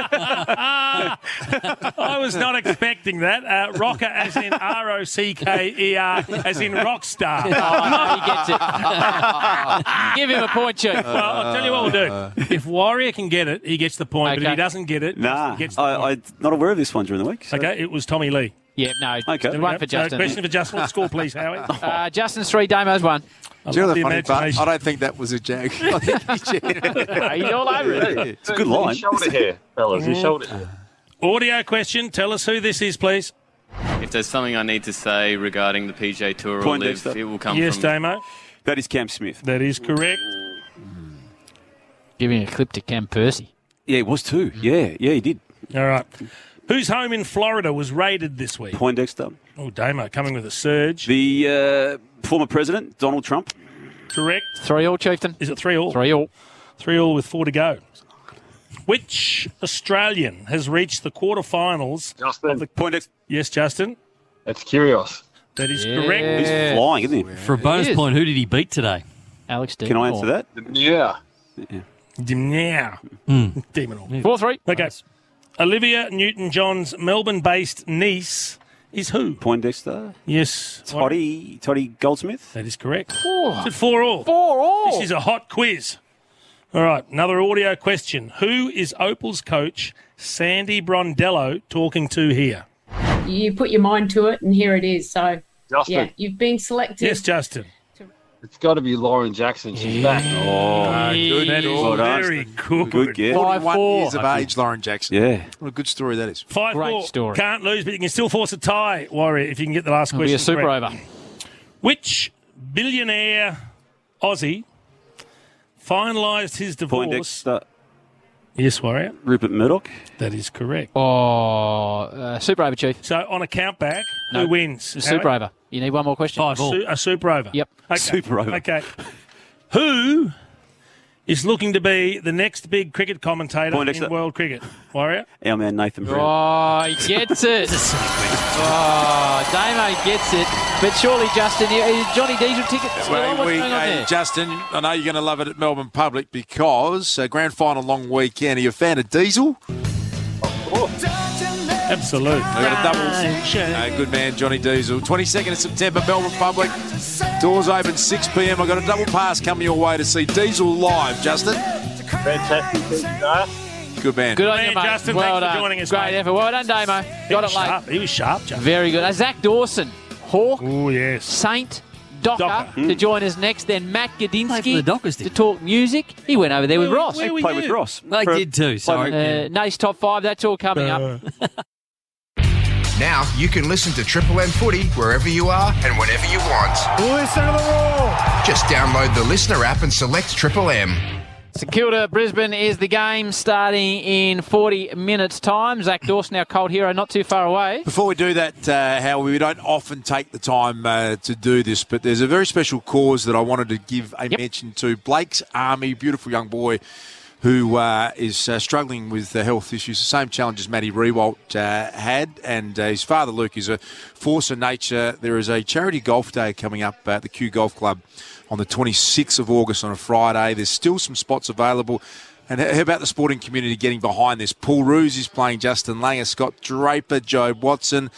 Speaker 8: I was not expecting that. Uh, rocker as in R O C K E R, as in rock star.
Speaker 6: Oh, he gets it. *laughs* Give him a point, Chief.
Speaker 8: Well, I'll tell you what we'll do. If Warrior can get it, he gets the point. But if
Speaker 10: Okay.
Speaker 8: he doesn't get it,
Speaker 10: Nah,
Speaker 8: he gets the
Speaker 10: I, I'm not aware of this one during the week. so-
Speaker 8: Okay, it was Tommy Lee.
Speaker 6: Yeah, no.
Speaker 10: Okay.
Speaker 6: One for Justin.
Speaker 8: question for Justin. What score, please, Howie?
Speaker 6: Uh, Justin's three, Damo's one.
Speaker 7: Do you know the funny part? I don't think that was
Speaker 6: *laughs*
Speaker 7: a jag. I think
Speaker 6: He's all over it.
Speaker 7: It's a good line.
Speaker 9: Shoulder hair, fellas. His
Speaker 8: Mm.
Speaker 9: shoulder hair.
Speaker 8: Audio question. Tell us who this is, please.
Speaker 22: If there's something I need to say regarding the PJ Tour or Live,
Speaker 10: Poindexter.
Speaker 22: it will come
Speaker 8: yes,
Speaker 22: from
Speaker 8: Damo.
Speaker 10: That is Cam Smith.
Speaker 8: That is correct.
Speaker 6: Giving a clip to Cam Percy. Mm-hmm.
Speaker 10: Yeah, it was too. Yeah, yeah, he did.
Speaker 8: All right. Whose home in Florida was raided this week?
Speaker 10: Poindexter.
Speaker 8: Oh, Damo coming with a surge.
Speaker 10: The uh, former president, Donald Trump.
Speaker 8: Correct.
Speaker 6: Three all, Chieftain.
Speaker 8: Is it three all?
Speaker 6: Three all.
Speaker 8: Three all with four to go. Which Australian has reached the quarterfinals? Justin. Of the... Yes, Justin.
Speaker 9: That's Curios.
Speaker 8: That is correct.
Speaker 10: He's flying, isn't he?
Speaker 23: For a bonus
Speaker 8: He is.
Speaker 23: point, who did he beat today?
Speaker 6: Alex
Speaker 10: Can I answer that?
Speaker 9: Yeah.
Speaker 8: Yeah.
Speaker 9: Hmm.
Speaker 8: Demon all.
Speaker 6: Four three.
Speaker 8: Okay. Olivia Newton John's Melbourne based niece is who?
Speaker 10: Poindexter.
Speaker 8: Yes.
Speaker 10: Toddy, Toddy Goldsmith.
Speaker 8: That is correct. Is it four all? Four all. This is a hot quiz. All right, another audio question. Who is Opal's coach, Sandy Brondello, talking to here?
Speaker 24: You put your mind to it, and here it is. So,
Speaker 9: Justin.
Speaker 24: yeah, you've been selected.
Speaker 8: Yes, Justin.
Speaker 9: It's got to be Lauren Jackson. She's back.
Speaker 7: Oh, good.
Speaker 8: Ah, That is
Speaker 7: Well done.
Speaker 8: very good.
Speaker 7: Good guess.
Speaker 8: Five,
Speaker 7: 41
Speaker 8: four.
Speaker 7: years of
Speaker 8: Okay.
Speaker 7: age, Lauren Jackson.
Speaker 10: Yeah.
Speaker 7: What a good story that is.
Speaker 8: Five four. Can't lose, but you can still force a tie, Warrior, if you can get the last
Speaker 7: It'll be
Speaker 8: question.
Speaker 7: a super
Speaker 8: correct.
Speaker 7: over.
Speaker 8: Which billionaire Aussie finalised his divorce?
Speaker 10: Poindexter.
Speaker 17: Yes, Warrior.
Speaker 10: Rupert Murdoch.
Speaker 17: That is correct.
Speaker 6: Oh, uh, Super Over Chief.
Speaker 17: So on a countback,
Speaker 6: No.
Speaker 17: who wins?
Speaker 6: The Super
Speaker 17: Howie?
Speaker 6: Over. You need one more question.
Speaker 17: Oh, a, su- a super over.
Speaker 6: Yep.
Speaker 17: Okay.
Speaker 6: Super over.
Speaker 17: Okay. Who is looking to be the next big cricket commentator
Speaker 10: Poindexter.
Speaker 17: in world cricket? Warrior?
Speaker 10: Our man Nathan Brown.
Speaker 6: Oh, he gets it. oh, Damo gets it. But surely, Justin, you- is Johnny Diesel ticket still on?
Speaker 7: Well,
Speaker 6: What's
Speaker 7: we-
Speaker 6: going on
Speaker 7: hey,
Speaker 6: there?
Speaker 7: Justin, I know you're going to love it at Melbourne Public because uh, grand final long weekend. Are you a fan of Diesel?
Speaker 17: Absolutely. We've
Speaker 7: got a
Speaker 6: Ah,
Speaker 7: double. Uh, good man, Johnny Diesel. 22nd of September, Melbourne Public. Doors open 6 p.m. I've got a double pass coming your way to see Diesel live, Justin.
Speaker 5: Fantastic.
Speaker 7: Good man.
Speaker 6: Good on you, mate. well done. Great effort. Well done, Damo. eh? Got
Speaker 17: was
Speaker 6: it late.
Speaker 17: sharp. He was sharp, Justin.
Speaker 6: Very good. Uh, Zach Dawson, Hawk,
Speaker 17: yes.
Speaker 6: Saint, Docker, to join us next. Then Matt Gadinsky
Speaker 9: the Dockers,
Speaker 6: to talk music. He went over there with Ross.
Speaker 9: where He were played with you? Ross. They For- did too, sorry.
Speaker 6: Uh, Nace top five. That's all coming up.
Speaker 9: Uh.
Speaker 2: Now you can listen to Triple M Footy wherever you are and whenever you want. Listen to the roar. Just download the listener app and select Triple M.
Speaker 6: *laughs* St Kilda Brisbane is the game starting in 40 minutes' time. Zach Dawson, our cold hero, not too far away.
Speaker 7: Before we do that, uh, Hal, we don't often take the time uh, to do this, but there's a very special cause that I wanted to give a mention to. Blake's Army, beautiful young boy who uh, is uh, struggling with uh, health issues, the same challenges Matty Rewalt uh, had, and uh, his father Luke is a force of nature. There is a charity golf day coming up at the Q Golf Club on the 26th of August on a Friday. There's still some spots available. And how about the sporting community getting behind this? Paul Ruse is playing Justin Langer, Scott Draper, Joe Watson.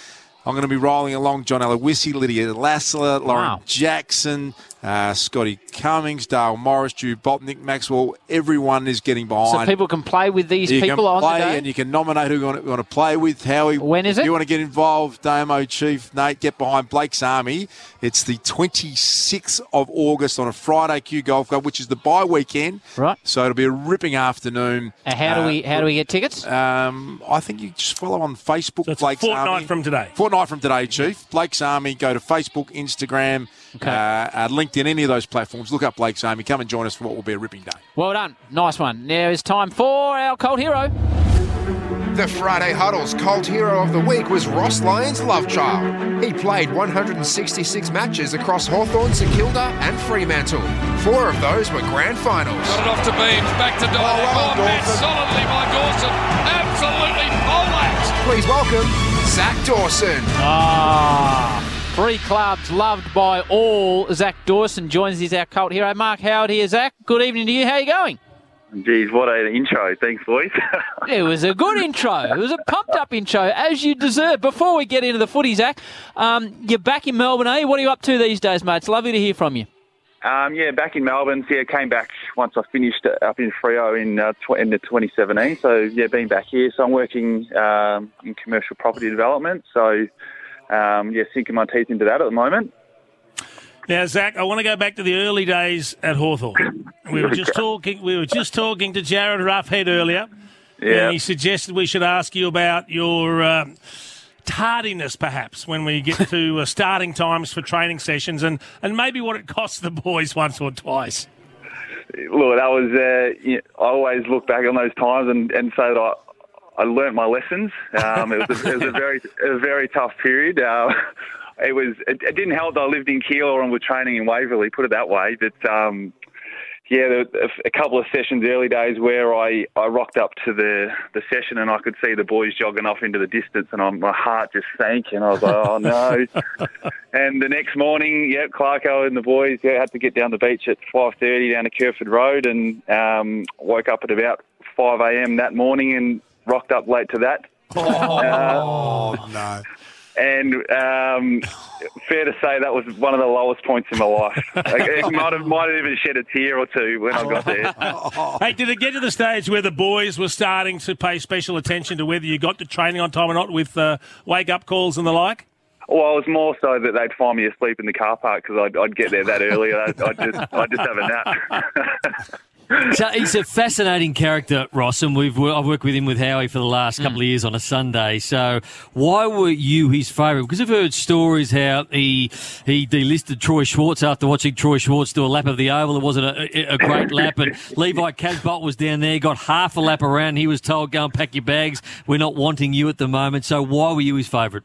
Speaker 7: I'm going to be rolling along John Aloisi, Lydia Lassler, Lauren Jackson, uh, Scotty Cummings, Dale Morris, Drew Botnick, Maxwell. Everyone is getting
Speaker 6: So
Speaker 7: behind.
Speaker 6: people can play with these
Speaker 7: you
Speaker 6: people
Speaker 7: can
Speaker 6: on
Speaker 7: play
Speaker 6: the day.
Speaker 7: and you can nominate who you want, you want to play with. Howie, when
Speaker 6: is it?
Speaker 7: You want to get involved, Damo Chief Nate. Get behind Blake's Army. It's the 26th of August on a Friday Q Golf Club, which is the bye weekend.
Speaker 6: Right.
Speaker 7: So it'll be a ripping afternoon.
Speaker 6: Uh, how do we- how do we get tickets?
Speaker 7: Um, I think you just follow on Facebook.
Speaker 17: It's
Speaker 7: Blake's
Speaker 17: fortnight
Speaker 7: Army.
Speaker 17: from today.
Speaker 7: Fortnight from today, Chief. Blake's Army. Go to Facebook, Instagram, uh, uh, LinkedIn, any of those platforms. Look up Blake's Army. Come and join us for what will be a ripping day.
Speaker 6: Well done. Nice one. Now it's time for our cold hero.
Speaker 2: The Friday Huddle's cult hero of the week was Ross Lyons Lovechild. He played 166 matches across Hawthorn, St Kilda, and Fremantle. Four of those were grand finals.
Speaker 3: Got it off to Beams, back to Dawson. Oh, met solidly by Dawson. Absolutely poleaxed.
Speaker 2: Please welcome Zach Dawson.
Speaker 6: Ah, three clubs loved by all. Zach Dawson joins us, our cult hero. Mark Howard here, Zach. Good evening to you. How you going?
Speaker 14: Geez, what an intro. Thanks, boys.
Speaker 6: It was a good intro. It was a pumped up intro, as you deserve. Before we get into the footy, Zach, um, you're back in Melbourne, eh? What are you up to these days, mate? It's lovely to hear from you.
Speaker 14: *laughs* um, yeah, back in Melbourne. So, yeah, came back once I finished up in Frio in uh, tw- end of 2017. So, yeah, been back here. So, I'm working um, in commercial property development. So, um, yeah, sinking my teeth into that at the moment.
Speaker 17: Now, Zach, I want to go back to the early days at Hawthorn. We were just talking. We were just talking to Jared Roughhead earlier,
Speaker 14: Yeah.
Speaker 17: and he suggested we should ask you about your um, tardiness, perhaps, when we get to uh, starting times for training sessions, and and maybe what it costs the boys once or twice.
Speaker 14: Look, that was, uh, you know, I always look back on those times and, and say that I, I learnt my lessons. Um, it, was a, it was a very, a very tough period. Uh, *laughs* it was. It, it didn't help that I lived in Keilor and was training in Waverley. Put it that way. But um, yeah, there were a- a couple of sessions early days where I, I rocked up to the, the session and I could see the boys jogging off into the distance, and I, my heart just sank, and I was like, oh no.
Speaker 9: *laughs*
Speaker 14: and the next morning, yeah, Clarko and the boys yeah, had to get down the beach at five thirty down to Kerford Road, and um, woke up at about five a.m. that morning and rocked up late to that.
Speaker 7: *laughs*
Speaker 14: Uh,
Speaker 7: Oh, no.
Speaker 14: And um, fair to say that was one of the lowest points in my life.
Speaker 7: *laughs*
Speaker 14: Like, it might have might have even shed a tear or two when I got
Speaker 7: *laughs*
Speaker 14: there.
Speaker 17: Hey, did it get to the stage where the boys were starting to pay special attention to whether you got to training on time or not, with uh, wake up calls and the like?
Speaker 14: Well, it was more so that they'd find me asleep in the car park because I'd, I'd get there that early. I'd, I'd just I'd just have a nap.
Speaker 9: So he's a fascinating character, Ross, and we've I've worked with him with Howie for the last couple
Speaker 8: Hmm.
Speaker 9: of years on a Sunday. So why were you his favourite? Because I've heard stories how he he delisted Troy Schwartz after watching Troy Schwartz do a lap of the oval. It wasn't a, a great lap,
Speaker 8: *laughs*
Speaker 9: and Levi Casbolt was down there, got half a lap around. He was told, "Go and pack your bags. We're not wanting you at the moment." So why were you his favourite?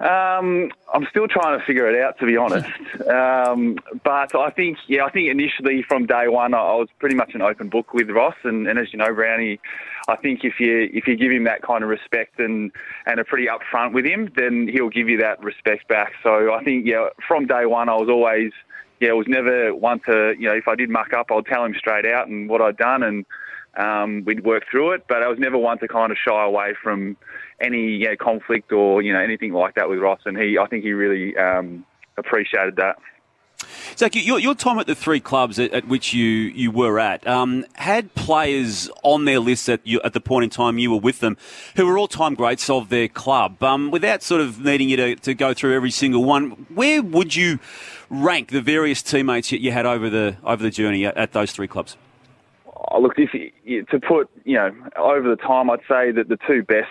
Speaker 14: Um, I'm still trying to figure it out, to be honest. Um, but I think, yeah, I think initially from day one, I, I was pretty much an open book with Ross, and, and as you know, Brownie, I think if you if you give him that kind of respect and and are pretty upfront with him, then he'll give you that respect back. So I think, yeah, from day one, I was always, yeah, I was never one to, you know, if I did muck up, I'll tell him straight out and what I'd done, and um, we'd work through it. But I was never one to kind of shy away from any you know, conflict or you know anything like that with Ross, and he I think he really um, appreciated that.
Speaker 10: Zach, you- your, your time at the three clubs at, at which you, you were at um, had players on their list at, you, at the point in time you were with them who were all time greats of their club. Um, without sort of needing you to, to go through every single one, where would you rank the various teammates you, you had over the, over the journey at, at those three clubs?
Speaker 14: Oh, look, if you- you- to put you know over the time, I'd say that the two best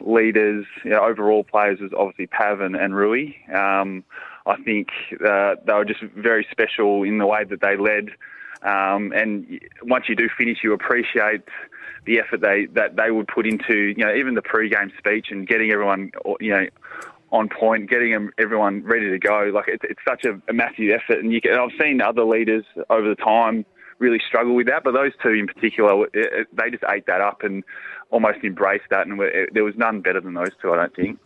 Speaker 14: leaders, you know, overall players, was obviously Pav and, and Rui. Um, I think uh, they were just very special in the way that they led, um, and y- once you do finish, you appreciate the effort they that they would put into you know even the pre-game speech and getting everyone you know on point, getting 'em- everyone ready to go. Like it's, it's such a, a massive effort, and you can, and I've seen other leaders over the time really struggle with that, but those two in particular, it, it, they just ate that up and almost embraced that, and it, there was none better than those two, I don't think.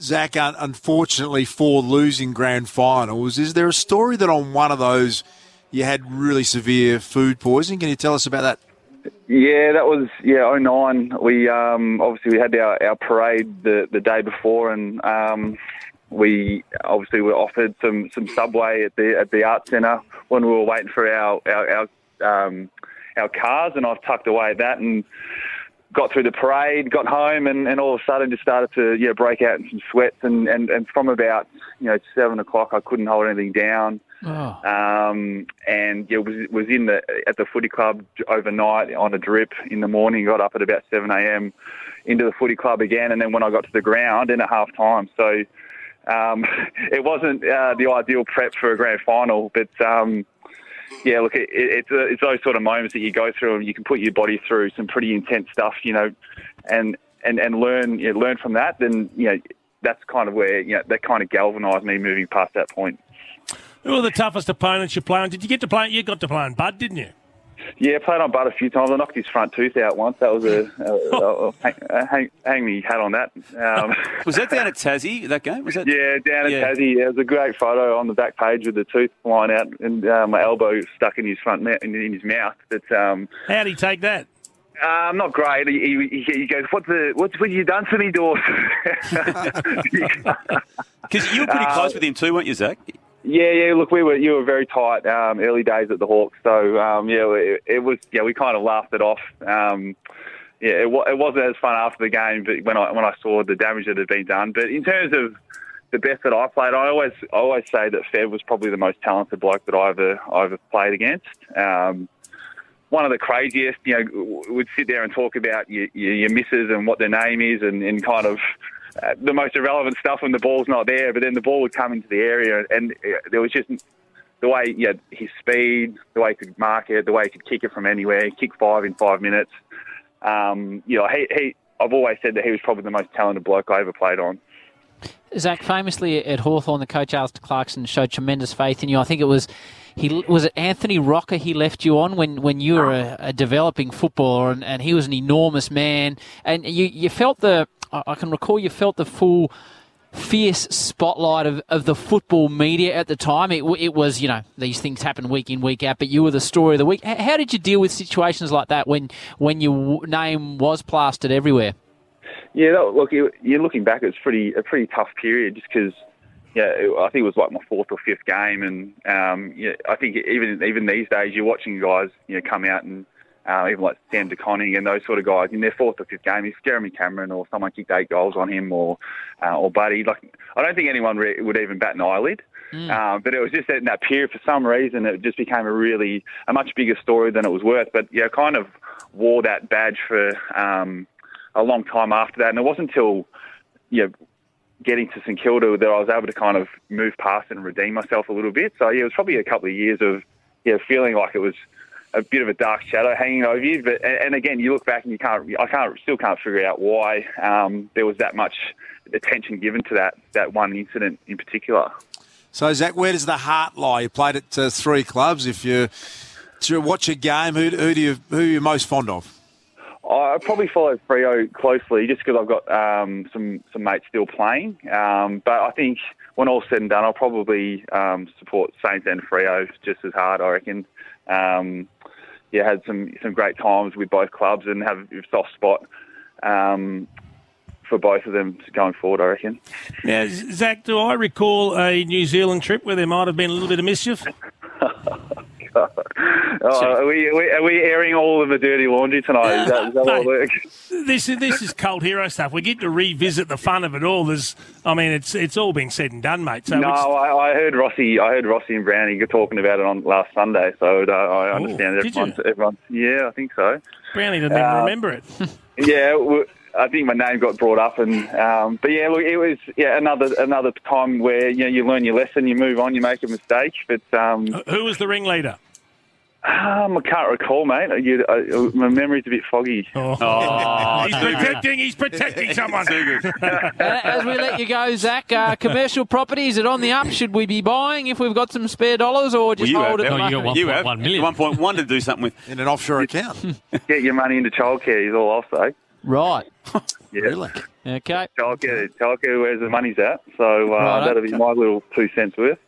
Speaker 7: Zach, un- unfortunately, for losing grand finals, is there a story that on one of those you had really severe food poisoning? Can you tell us about that?
Speaker 14: Yeah, that was yeah 09. We um, obviously we had our, our parade the, the day before, and um, we obviously were offered some, some subway at the at the art centre when we were waiting for our our our, um, our cars, and I've tucked away that and got through the parade, got home, and, and all of a sudden just started to you know, break out in some sweats, and, and, and from about you know seven o'clock I couldn't hold anything down.
Speaker 6: Oh.
Speaker 14: Um, and yeah, was was in the at the footy club overnight on a drip in the morning. Got up at about seven a.m. into the footy club again, and then when I got to the ground, in at half time. So um, *laughs* it wasn't uh, the ideal prep for a grand final, but um, yeah, look, it, it, it's, uh it's those sort of moments that you go through, and you can put your body through some pretty intense stuff, you know, and and and learn you know, learn from that. Then you know that's kind of where you know that kind of galvanised me moving past that point.
Speaker 17: Who are the toughest opponents you're playing? Did you get to play? You got to play on Bud, didn't you?
Speaker 14: Yeah, played on Bud a few times. I knocked his front tooth out once. That was a,
Speaker 10: *laughs*
Speaker 14: a, a, a- hang, a hang, hang me hat on that. Um,
Speaker 10: Was that down at Tassie, that game? Was that
Speaker 14: yeah, down at Tassie, yeah, it was a great photo on the back page with the tooth flying out and uh, my elbow stuck in his front mou- in, in his mouth. But um,
Speaker 17: How do you take that?
Speaker 14: Um, not great. He, he, he goes, "What the? What, what you done to me, Dawes?"
Speaker 10: *laughs* Because you were pretty close with him too, weren't you, Zach?
Speaker 14: Yeah, yeah. Look, we were you were very tight um, early days at the Hawks, so um, yeah, it, it was yeah. We kind of laughed it off. Um, yeah, it, wa- it wasn't as fun after the game, but when I when I saw the damage that had been done. But in terms of the best that I played, I always I always say that Fev was probably the most talented bloke that I ever I ever played against. Um, one of the craziest, you know, would sit there and talk about your, your, your misses and what their name is and, and kind of uh, the most irrelevant stuff when the ball's not there. But then the ball would come into the area and uh, there was just the way, you know, his speed, the way he could mark it, the way he could kick it from anywhere, kick five in five minutes. Um, you know, he, he, I've always said that he was probably the most talented bloke I ever played on.
Speaker 6: Zach, famously at Hawthorn, the coach Alistair Clarkson showed tremendous faith in you. I think it was he was it Anthony Rocker he left you on when, when you were a, a developing footballer, and, and he was an enormous man, and you you felt the I I can recall you felt the full fierce spotlight of, of the football media at the time. It, w- it was you know these things happen week in week out, but you were the story of the week. H- how did you deal with situations like that when when your w- name was plastered everywhere?
Speaker 14: Yeah, that, look, it, you're looking back. It's pretty a pretty tough period, just because. Yeah, it, I think it was like my fourth or fifth game, and um, yeah, I think even even these days you're watching guys you know come out and uh, even like Sam DeConning and those sort of guys in their fourth or fifth game. If Jeremy Cameron or someone kicked eight goals on him or uh, or Buddy, like I don't think anyone re- would even bat an eyelid. Um, but it was just that in that period, for some reason, it just became a really a much bigger story than it was worth. But yeah, I kind of wore that badge for um, a long time after that, and it wasn't until you know, getting to St Kilda that I was able to kind of move past and redeem myself a little bit. So yeah, it was probably a couple of years of yeah feeling like it was a bit of a dark shadow hanging over you. But and, and again, you look back and you can't I can't still can't figure out why um, there was that much attention given to that that one incident in particular.
Speaker 7: So, Zach, where does the heart lie? You played at uh, three clubs. If you to watch a game, who, who do you who are you most fond of?
Speaker 14: I probably follow Frio closely just because I've got um, some some mates still playing. Um, but I think when all's said and done, I'll probably um, support Saints and Frio just as hard. I reckon. Um, yeah, had some some great times with both clubs and have a soft spot um, for both of them going forward. I reckon.
Speaker 17: Now, Z- Zach, do I recall a New Zealand trip where there might have been a little bit of mischief?
Speaker 14: *laughs* Oh, are, we, are we are we airing all of the dirty laundry tonight? Is that, is that what works?
Speaker 17: This is this is cult hero stuff. We get to revisit the fun of it all. There's, I mean, it's it's all been said and done, mate. So
Speaker 14: no,
Speaker 17: it's-
Speaker 14: I, I heard Rossi. I heard Rossi and Brownie talking about it on last Sunday, so uh, I understand
Speaker 17: Oh, did
Speaker 14: everyone's, everyone's. Yeah, I think so.
Speaker 17: Brownie didn't even
Speaker 14: Uh,
Speaker 17: remember
Speaker 14: *laughs*
Speaker 17: it.
Speaker 14: yeah, w- I think my name got brought up, and um, but yeah, look, it was yeah another another time where you know you learn your lesson, you move on, you make a mistake, but um,
Speaker 17: Who was the ringleader? uh.
Speaker 14: um I can't recall, mate. You, I, my memory's a bit foggy.
Speaker 17: Oh. he's protecting. He's protecting
Speaker 14: *laughs*
Speaker 17: someone.
Speaker 6: *laughs* Uh, As we let you go, Zach, uh,
Speaker 10: *laughs*
Speaker 6: commercial property, is it on the up? Should we be buying if we've got some spare dollars or just hold it?
Speaker 10: million. One point one to do something with
Speaker 7: in an offshore account.
Speaker 14: Get your
Speaker 10: *laughs*
Speaker 14: money into childcare is all I'll say.
Speaker 6: Right.
Speaker 14: Yeah.
Speaker 7: Really?
Speaker 6: Okay.
Speaker 14: Childcare, childcare, where's the money's at? So uh,
Speaker 6: Right,
Speaker 14: that'll be my little two cents worth.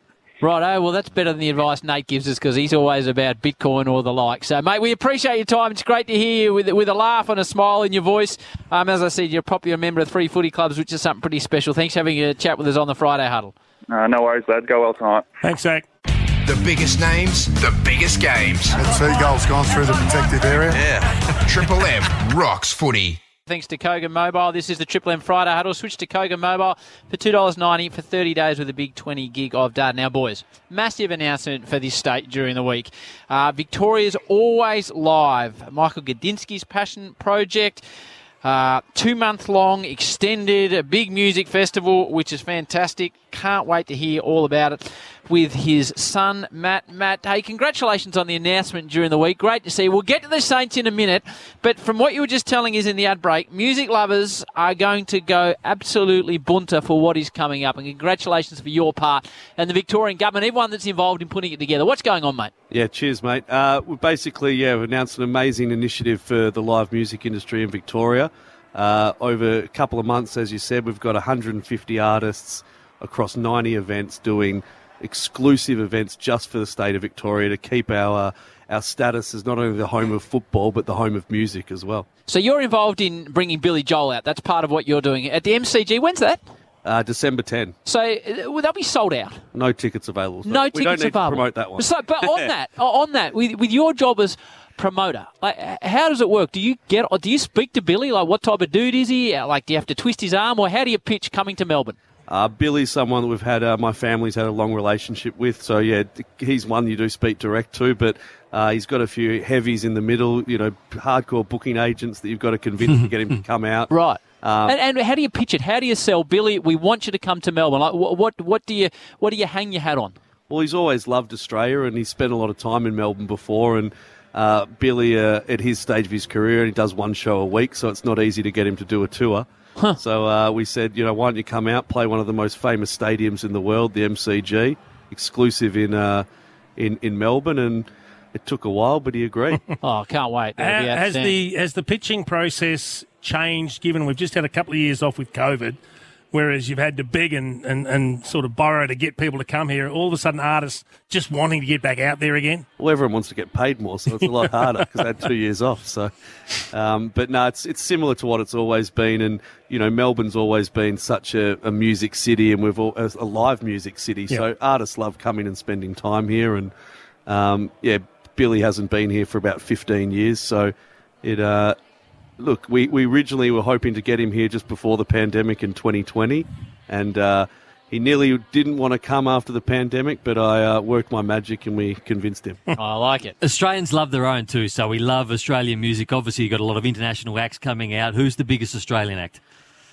Speaker 6: Righto, Oh, well, that's better than the advice Nate gives us because he's always about Bitcoin or the like. So, mate, we appreciate your time. It's great to hear you with, with a laugh and a smile in your voice. Um, as I said, you're a popular member of three footy clubs, which is something pretty special. Thanks for having a chat with us on the Friday huddle.
Speaker 14: Uh, no worries, lads. Go well tonight.
Speaker 17: Thanks, Zach.
Speaker 2: The biggest names, the biggest games. That's two goals gone through the protected area. Yeah. Triple M rocks footy.
Speaker 6: Thanks to Kogan Mobile. This is the Triple M Friday huddle. Switch to Kogan Mobile for $2.90 for 30 days with a big 20 gig of data. Now, boys, massive announcement for this state during the week. Uh, Victoria's Always Live, Michael Gadinsky's passion project. Uh, two month long, extended, a big music festival, which is fantastic. Can't wait to hear all about it with his son, Matt. Matt, hey, congratulations on the announcement during the week. Great to see. We'll get to the Saints in a minute, but from what you were just telling us in the ad break, music lovers are going to go absolutely bunter for what is coming up. And congratulations for your part and the Victorian government, everyone that's involved in putting it together. What's going on, mate?
Speaker 1: Yeah, cheers, mate. Uh, we basically, yeah, we've announced an amazing initiative for the live music industry in Victoria. Uh, over a couple of months, as you said, we've got 150 artists across 90 events doing exclusive events just for the state of Victoria to keep our uh, our status as not only the home of football but the home of music as well.
Speaker 6: So you're involved in bringing Billy Joel out. That's part of what you're doing at the MCG. When's that?
Speaker 1: Uh, December 10,
Speaker 6: So uh, will that be sold out?
Speaker 1: no tickets available. so
Speaker 6: no
Speaker 1: we
Speaker 6: tickets
Speaker 1: don't need to
Speaker 6: available.
Speaker 1: promote that one.
Speaker 6: So, but
Speaker 1: *laughs*
Speaker 6: on that, o- on that, with, with your job as promoter, like, h- how does it work? Do you get, or do you speak to Billy? Like, what type of dude is he? Uh, Like, do you have to twist his arm, or how do you pitch coming to Melbourne?
Speaker 1: Uh, Billy's someone that we've had, uh, my family's had a long relationship with. So, yeah, d- he's one you do speak direct to, but uh, he's got a few heavies in the middle, you know, hardcore booking agents that you've got to convince to get
Speaker 6: *laughs*
Speaker 1: him to come out.
Speaker 6: Right.
Speaker 1: Uh,
Speaker 6: and, and how do you pitch it? How do you sell Billy? We want you to come to Melbourne. Like, wh- what, what do you, what do you hang your
Speaker 1: *laughs*
Speaker 6: hat on?
Speaker 1: well, he's always loved Australia and he's spent a lot of time in Melbourne before. And uh, Billy, uh, at his stage of his career, he does one show a week, so it's not easy to get him to do a tour. So uh, we said, you know, why don't you come out, play one of the most famous stadiums in the world, the MCG, exclusive in uh, in in Melbourne, and it took a while, but he agreed.
Speaker 6: oh, can't wait!
Speaker 1: That'll be
Speaker 17: Ha- has
Speaker 1: outstanding.
Speaker 17: the has the pitching process changed? Given we've just had a couple of years off with COVID, whereas you've had to beg and, and, and sort of borrow to get people to come here. All of a sudden, artists just wanting to get back out there again.
Speaker 1: Well, everyone wants to get paid more, so it's a lot harder because they had two years off. So, um, but no, it's it's similar to what it's always been, and you know, Melbourne's always been such a, a music city, and we've all, a, a live music city. So artists love coming and spending time here, and um, yeah, Billy hasn't been here for about fifteen years, so it. Uh, look, we we originally were hoping to get him here just before the pandemic in 2020, and. Uh, He nearly didn't want to come after the pandemic, but I uh, worked my magic and we convinced him.
Speaker 6: Oh, I like it.
Speaker 9: Australians love their own too, so we love Australian music. Obviously, you've got a lot of international acts coming out. Who's the biggest Australian act?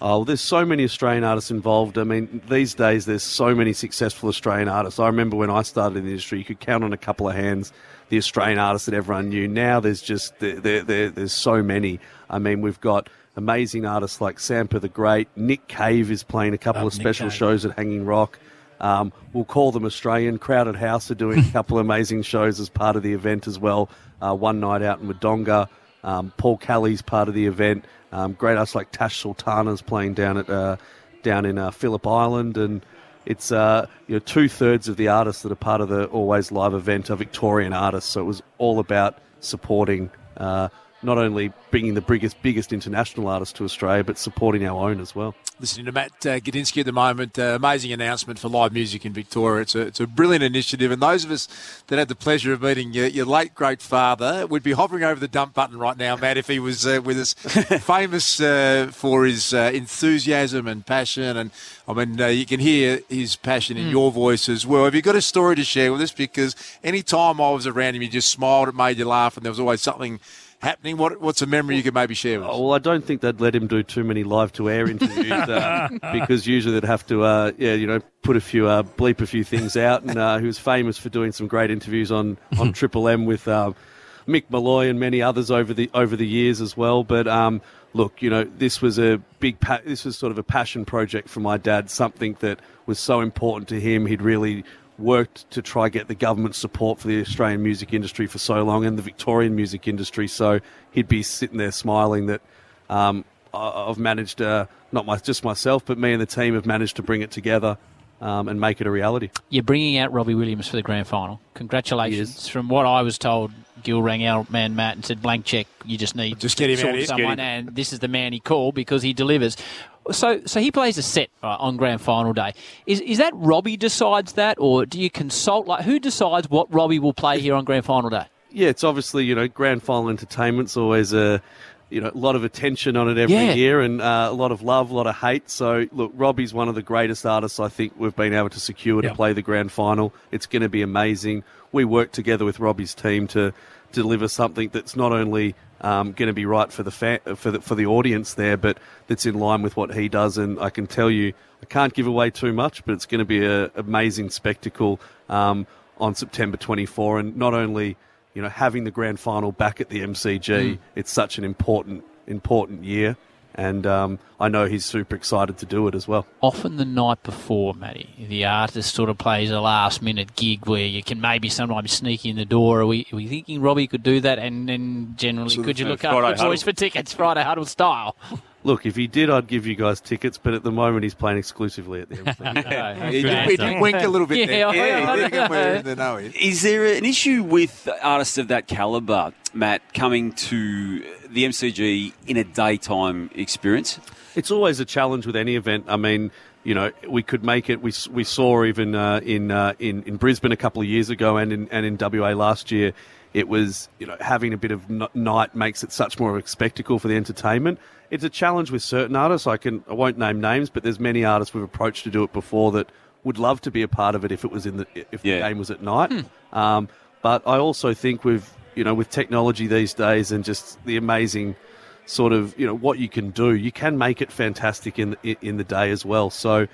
Speaker 1: Oh, there's so many Australian artists involved. I mean, these days there's so many successful Australian artists. I remember when I started in the industry, you could count on a couple of hands the Australian artists that everyone knew. Now there's just there, there, there, there's so many. I mean, we've got amazing artists like Sampa the Great. Nick Cave is playing a couple
Speaker 5: Love
Speaker 1: of
Speaker 5: Nick
Speaker 1: special
Speaker 5: Cave.
Speaker 1: shows at Hanging Rock. Um, we'll call them Australian. Crowded House are doing a couple of amazing shows as part of the event as well. Uh, one night out in Wodonga. Um, Paul Kelly's part of the event. Um, great artists like Tash Sultana's playing down at uh, down in uh, Phillip Island, and it's uh, you know two thirds of the artists that are part of the Always Live event are Victorian artists. So it was all about supporting uh, not only bringing the biggest biggest international artists to Australia, but supporting our own as well.
Speaker 7: listening to Matt uh, Gadinsky at the moment. Uh, amazing announcement for live music in Victoria. It's a, it's a brilliant initiative. And those of us that had the pleasure of meeting uh, your, your late great father would be hovering over the dump button right now, Matt, if he was uh,
Speaker 1: *laughs*
Speaker 7: with us. Famous uh, for his uh, enthusiasm and passion. And I mean, uh, you can hear his passion
Speaker 1: Hmm.
Speaker 7: in
Speaker 5: Mm.
Speaker 7: your voice as well. Have you got a story to share with us? Because any time I was around him, he just smiled, it made you laugh, and there was always something happening. What, what's a memory you could maybe share with us?
Speaker 1: Oh, well, I don't think they'd let him do too many live to air interviews uh, because usually they'd have to, uh, yeah, you know, put a few, uh, bleep a few things out. And uh, he was famous for doing some great interviews on on Triple M with um, Mick Malloy and many others over the over the years as well. But um, look, you know, this was a big, pa- this was sort of a passion project for my dad, something that was so important to him. He'd really worked to try get the government support for the Australian music industry for so long and the Victorian music industry. So he'd be sitting there smiling that um, I- I've managed, uh, not my, just myself, but me and the team have managed to bring it together um, and make it a reality.
Speaker 6: You're bringing out Robbie Williams for the grand final. Congratulations. From what I was told, Gil rang our man Matt and said, blank check, you just need just
Speaker 7: get him out here.
Speaker 6: someone,
Speaker 7: Get him.
Speaker 6: and this is the man he called because he delivers. So, so he plays a set right, on grand final day. Is is that Robbie decides that, or do you consult? Like, who decides what Robbie will play here on grand final day?
Speaker 1: Yeah, it's obviously you know grand final entertainment's always a you know a lot of attention on it every
Speaker 6: Yeah.
Speaker 1: year and uh, a lot of love, a lot of hate. So look, Robbie's one of the greatest artists I think we've been able to secure to
Speaker 5: Yeah.
Speaker 1: play the grand final. It's going to be amazing. We work together with Robbie's team to deliver something that's not only um, going to be right for the, fa- for the for the audience there, but that's in line with what he does. And I can tell you, I can't give away too much, but it's going to be an amazing spectacle um, on September 24. And not only you know, having the grand final back at the MCG,
Speaker 5: Mm.
Speaker 1: it's such an important, important year. And um, I know he's super excited to do it as well.
Speaker 6: Often the night before, Matty, the artist sort of plays a last minute gig where you can maybe sometimes sneak in the door. Are we, are we thinking Robbie could do that? And then generally,
Speaker 1: So
Speaker 6: could you
Speaker 1: the
Speaker 6: look
Speaker 1: Friday
Speaker 6: up the
Speaker 1: huddle.
Speaker 6: boys for tickets, Friday huddle style?
Speaker 1: Look, if he did, I'd give you guys tickets, but at the moment he's playing exclusively at the
Speaker 6: Yeah,
Speaker 1: MCG.
Speaker 6: he did- he did wink a little bit there. Yeah, I- I
Speaker 1: he did get where-
Speaker 7: the
Speaker 10: *laughs*
Speaker 7: know it.
Speaker 10: Is there an issue with artists of that caliber, Matt, coming to the MCG in a daytime experience?
Speaker 1: It's always a challenge with any event. I mean, you know, we could make it. We, s- we saw even uh, in, uh, in in Brisbane a couple of years ago, and in and in WA last year, it was you know having a bit of n- night makes it such more of a spectacle for the entertainment. It's a challenge with certain artists. I can I won't name names, but there's many artists we've approached to do it before that would love to be a part of it if it was in the if the game was at night. Um, but I also think with you know with technology these days and just the amazing sort of you know what you can do, you can make it fantastic in in, in the day as well. So.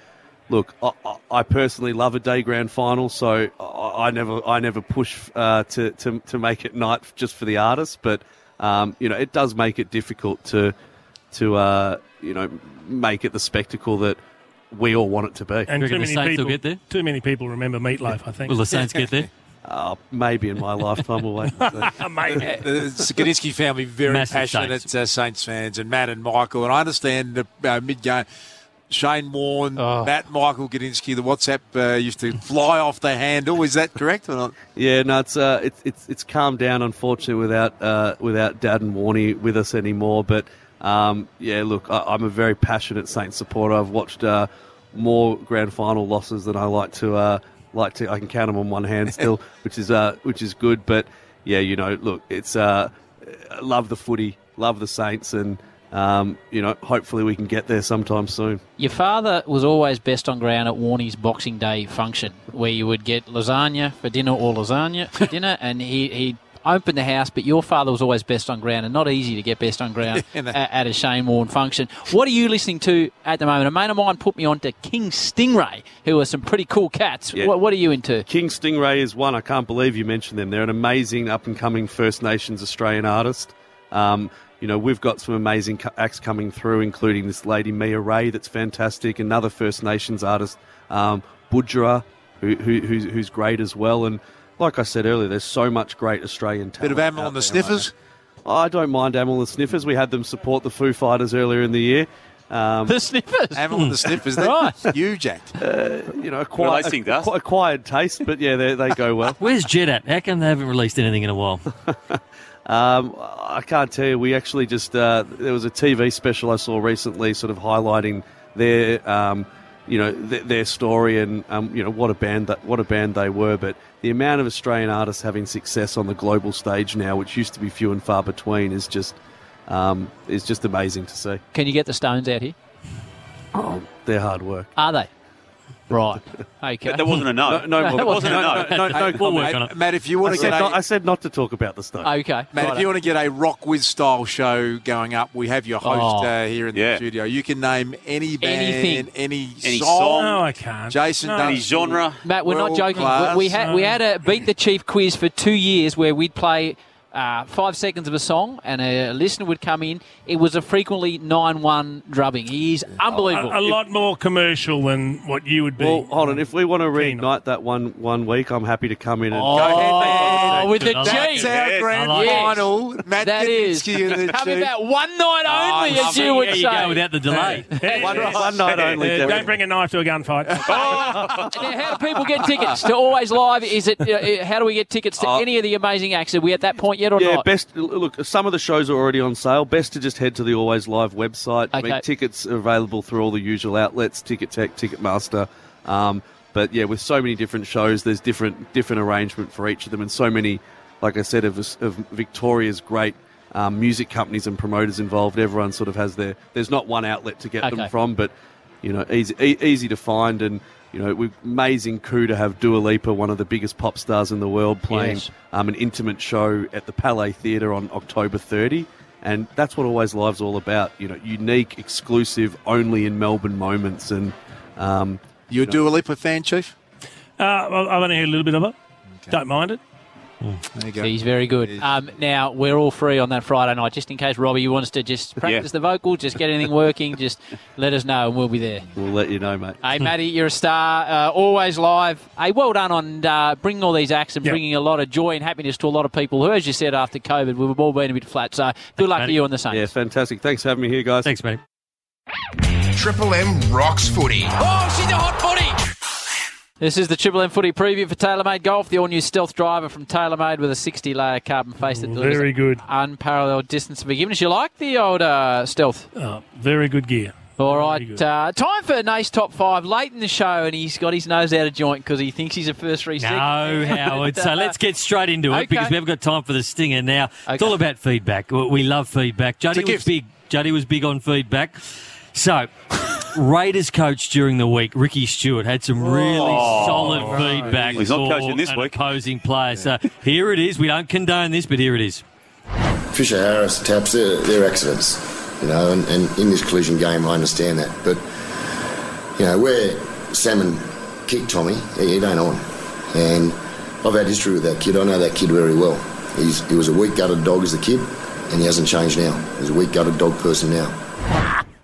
Speaker 1: Look, I, I- I personally love a day grand final, so I, I never, I never push uh, to, to to make it night just for the artists. But um, you know, it does make it difficult to to uh, you know make it the spectacle that we all want it to be.
Speaker 17: And too many people Too many people remember Meatloaf. I think. *laughs*
Speaker 1: Uh, maybe in my lifetime, we'll wait. and see.
Speaker 17: *laughs*
Speaker 7: Uh, The Skidinski family very
Speaker 1: Massive
Speaker 7: passionate Saints. Uh, Saints fans, and Matt and Michael, and I understand the uh, mid game. Shane Warne, Matt, Michael Gadinsky, the WhatsApp uh, used to fly off the handle. Is that correct or not?
Speaker 1: Yeah, no, it's uh, it's it's it's calmed down, unfortunately, without uh, without Dad and Warney with us anymore. But um, yeah, look, I, I'm a very passionate Saints supporter. I've watched uh, more grand final losses than I like to uh, like to. I can count them on one hand still, which is uh, which is good. But yeah, you know, look, it's uh, I love the footy, love the Saints, and um, you know, hopefully we can get there sometime soon.
Speaker 6: Your father was always best on ground at Warnie's Boxing Day function, where you would get lasagna for dinner or lasagna
Speaker 1: *laughs*
Speaker 6: for dinner, and he, he opened the house. But your father was always best on ground, and not easy to get best on
Speaker 1: *laughs*
Speaker 6: ground a- at, a Shane Warne function. What are you listening to at the moment? A mate of mine put me on to King Stingray, who are some pretty cool cats. What, what are you into?
Speaker 1: King Stingray is one. I can't believe you mentioned them. They're an amazing up and coming First Nations Australian artist. Um, you know, we've got some amazing co- acts coming through, including this lady Mia Ray, that's fantastic. Another First Nations artist, um, Budra, who, who, who's, who's great as well. And like I said earlier, there's so much great Australian talent.
Speaker 7: Bit of ammo
Speaker 1: out
Speaker 7: on the
Speaker 1: there. Oh,
Speaker 7: sniffers.
Speaker 1: I don't mind Amel and the Sniffers. We had them support the Foo Fighters earlier in the year. Um,
Speaker 6: the Sniffers, Hmm.
Speaker 7: Amel and the
Speaker 6: *laughs*
Speaker 7: Sniffers, they're
Speaker 1: Right.
Speaker 7: huge act.
Speaker 1: Uh, you know,
Speaker 9: Well,
Speaker 1: acquired,
Speaker 9: they think
Speaker 1: ac-
Speaker 9: that's-
Speaker 1: acquired taste, but yeah, they, they
Speaker 9: *laughs*
Speaker 1: go well.
Speaker 9: Where's Jed at? How come they haven't released anything in a
Speaker 10: *laughs*
Speaker 9: while?
Speaker 1: Um, I can't tell you. We actually just uh, there was a TV special I saw recently, sort of highlighting their um, you know th- their story and um, you know what a band that what a band they were. But the amount of Australian artists having success on the global stage now, which used to be few and far between, is just um, is just amazing to see.
Speaker 6: Can you get the Stones out here?
Speaker 1: Oh, they're hard work.
Speaker 6: Are they? Right.
Speaker 1: *laughs*
Speaker 6: Okay.
Speaker 1: There wasn't a
Speaker 6: *laughs*
Speaker 1: no. No, no,
Speaker 6: There wasn't a
Speaker 1: no, no, no, no
Speaker 6: We'll
Speaker 1: comment.
Speaker 6: work on it.
Speaker 7: Matt, if you want
Speaker 1: I
Speaker 7: to
Speaker 1: said
Speaker 7: get
Speaker 1: not-
Speaker 7: a,
Speaker 1: I said not to talk about the stuff.
Speaker 6: Okay.
Speaker 7: Matt, if
Speaker 6: righto.
Speaker 7: you want to get a rock with style show going up, we have your
Speaker 6: Oh.
Speaker 7: host uh, here in
Speaker 10: Yeah.
Speaker 7: the studio. You can name any band,
Speaker 6: Anything.
Speaker 7: any,
Speaker 10: Any
Speaker 7: song.
Speaker 10: song. No, I
Speaker 8: can't.
Speaker 7: Jason,
Speaker 10: No.
Speaker 7: Dunstall,
Speaker 10: Any genre.
Speaker 6: Matt, we're not
Speaker 7: world
Speaker 6: joking.
Speaker 7: class.
Speaker 6: We, we had we had a beat the chief quiz for two years where we'd play uh, five seconds of a song and a listener would come in. It was a frequently nine one drubbing. He is unbelievable.
Speaker 8: A, a lot *laughs* more commercial than what you would be.
Speaker 1: Well, hold on. If we want to reignite that one one week, I'm happy to come in and
Speaker 8: Oh,
Speaker 1: go ahead.
Speaker 6: Oh, with the G.
Speaker 7: That's our grand final. Matt
Speaker 6: that is. *laughs*
Speaker 7: Gilinski and the
Speaker 6: Have
Speaker 7: Chief.
Speaker 6: about one night
Speaker 1: Oh,
Speaker 6: only, as Oh, you would
Speaker 8: *laughs*
Speaker 6: say.
Speaker 1: One- one night only,
Speaker 8: Uh,
Speaker 1: Derek.
Speaker 8: don't bring a knife to a gunfight.
Speaker 6: Now, how do people get tickets to Always Live? Is it? Uh, how do we get tickets to
Speaker 1: Uh,
Speaker 6: any of the amazing acts? Are we at that point yet or
Speaker 1: yeah,
Speaker 6: not?
Speaker 1: best look. Some of the shows are already on sale. Best to just head to the Always Live website. I mean,
Speaker 6: Okay.
Speaker 1: tickets are available through all the usual outlets: Ticket Tech, Ticketmaster. Um, but yeah, with so many different shows, there's different different arrangement for each of them, and so many, like I said, of, of Victoria's great um, music companies and promoters involved. Everyone sort of has their. There's not one outlet to get
Speaker 6: Okay.
Speaker 1: them from, but you know, easy e- easy to find and. You know, we amazing coup to have Dua Lipa, one of the biggest pop stars in the world, playing
Speaker 6: Yes.
Speaker 1: um, an intimate show at the Palais Theatre on October 30. And that's what Always Live's all about. You know, unique, exclusive, only in Melbourne moments. And um,
Speaker 7: *laughs* you do a Lipa fan, Chief?
Speaker 8: Uh, well, I've only heard a little bit of it. Don't
Speaker 7: *laughs*
Speaker 8: mind it. *laughs*
Speaker 7: There you
Speaker 6: He's very good. Um, now we're all free on that Friday night, just in case Robbie wants to just practice the vocal, just get anything working, just let us know and we'll be there.
Speaker 1: We'll let you know, mate.
Speaker 6: Hey, Matty, you're a star, uh, always live. Hey, well done on uh, bringing all these acts and bringing a lot of joy and happiness to a lot of people who, as you said, after COVID, we've all been a bit flat. So good luck to you on the Saints.
Speaker 1: Yeah, fantastic. Thanks for having me here, guys. Thanks,
Speaker 9: mate.
Speaker 2: Triple M rocks footy.
Speaker 6: Oh, she's a hot footy. This is the Triple M footy preview for TaylorMade Golf, the all new stealth driver from TaylorMade with a 60 layer carbon face that delivers
Speaker 8: very good.
Speaker 6: unparalleled distance forgiveness. You like the old uh, stealth?
Speaker 8: Oh, very good gear.
Speaker 6: All right, uh, time for Nate's top five late in the show, and he's got his nose out of joint because he thinks he's a first three six.
Speaker 9: No, Howard. So let's get straight into it
Speaker 6: Okay.
Speaker 9: because we haven't got time for the stinger now. It's all about feedback. We- We love feedback. Juddy was big. Juddy was big on feedback. So, Raiders coach during the week, Ricky Stewart, had some really
Speaker 10: Oh,
Speaker 9: solid
Speaker 10: right.
Speaker 9: feedback
Speaker 10: He's not
Speaker 9: for
Speaker 10: coaching this
Speaker 9: an
Speaker 10: week.
Speaker 9: opposing player. So here it is. We don't condone this, but here it is.
Speaker 5: Fisher Harris taps, they're, they're accidents, you know, and, and in this collision game, I understand that. But, you know, where Salmon kicked Tommy, he, he don't on. And I've had history with that kid. I know that kid very well. He's, he was a weak gutted dog as a kid, and he hasn't changed now. He's a weak gutted dog person now.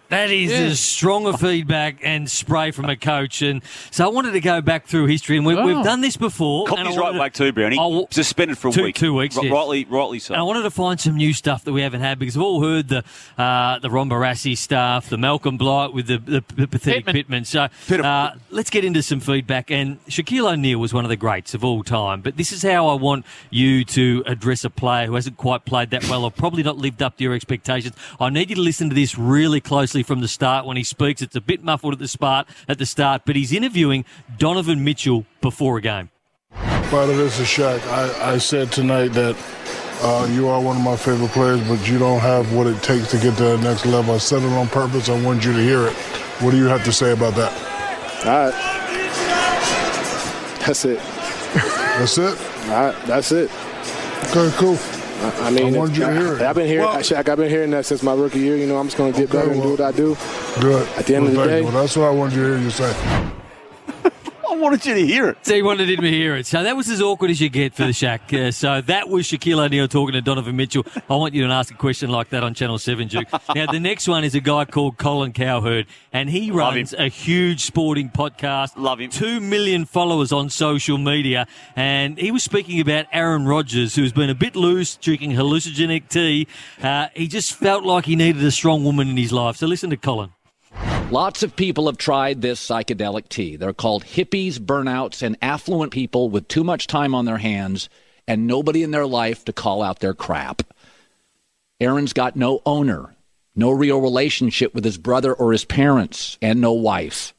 Speaker 9: That is as strong a feedback and spray from a coach. And so I wanted to go back through history, and we,
Speaker 10: Oh.
Speaker 9: we've done this before. and I
Speaker 10: Cockney's right
Speaker 9: wanted to-
Speaker 10: back too, Brownie.
Speaker 9: I'll-
Speaker 10: Suspended for a
Speaker 9: Two-
Speaker 10: week.
Speaker 9: two weeks,
Speaker 10: Ri-
Speaker 9: yes.
Speaker 10: Rightly, rightly so.
Speaker 9: And I wanted to find some new stuff that we haven't had because we've all heard the uh, the Ron Barassi stuff, the Malcolm Blight with the, the, the pathetic Pittman. So uh, let's get into some feedback. And Shaquille O'Neal was one of the greats of all time. But this is how I want you to address a player who hasn't quite played that well or probably not lived up to your expectations. I need you to listen to this really closely from the start when he speaks. It's a bit muffled at the start, at the start, but he's interviewing Donovan Mitchell before a game.
Speaker 12: Part of it's a shock. I, I said tonight that Uh, you are one of my favorite players, but you don't have what it takes to get to that next level. I said it on purpose. I wanted you to hear it. What do you have to say about that? *laughs*
Speaker 13: All right. That's it.
Speaker 12: That's it?
Speaker 13: All right, that's it.
Speaker 12: Okay, cool.
Speaker 13: I, I mean,
Speaker 12: I wanted you to hear it.
Speaker 13: I've been hearing,
Speaker 12: Well-
Speaker 13: Shaq, I've been hearing that since my rookie year. You know, I'm just going to get better and do what I do.
Speaker 12: Good.
Speaker 13: At the end of the
Speaker 12: Well, thank
Speaker 13: day,
Speaker 12: you. Well, that's what I wanted you to hear you say.
Speaker 9: I wanted you to hear it. So he wanted him to hear it. So that was as awkward as you get for the Shack. Uh, so that was Shaquille O'Neal talking to Donovan Mitchell. I want you to ask a question like that on Channel 7, Duke. Now, the next one is a guy called Colin Cowherd, and he runs a huge sporting podcast. Love him. Two million followers on social media. And he was speaking about Aaron Rodgers, who's been a bit loose, drinking hallucinogenic tea. Uh, he just felt like he needed a strong woman in his life. So listen to Colin.
Speaker 25: Lots of people have tried this psychedelic tea. They're called hippies, burnouts, and affluent people with too much time on their hands and nobody in their life to call out their crap. Aaron's got no owner, no real relationship with his brother or his parents, and no wife.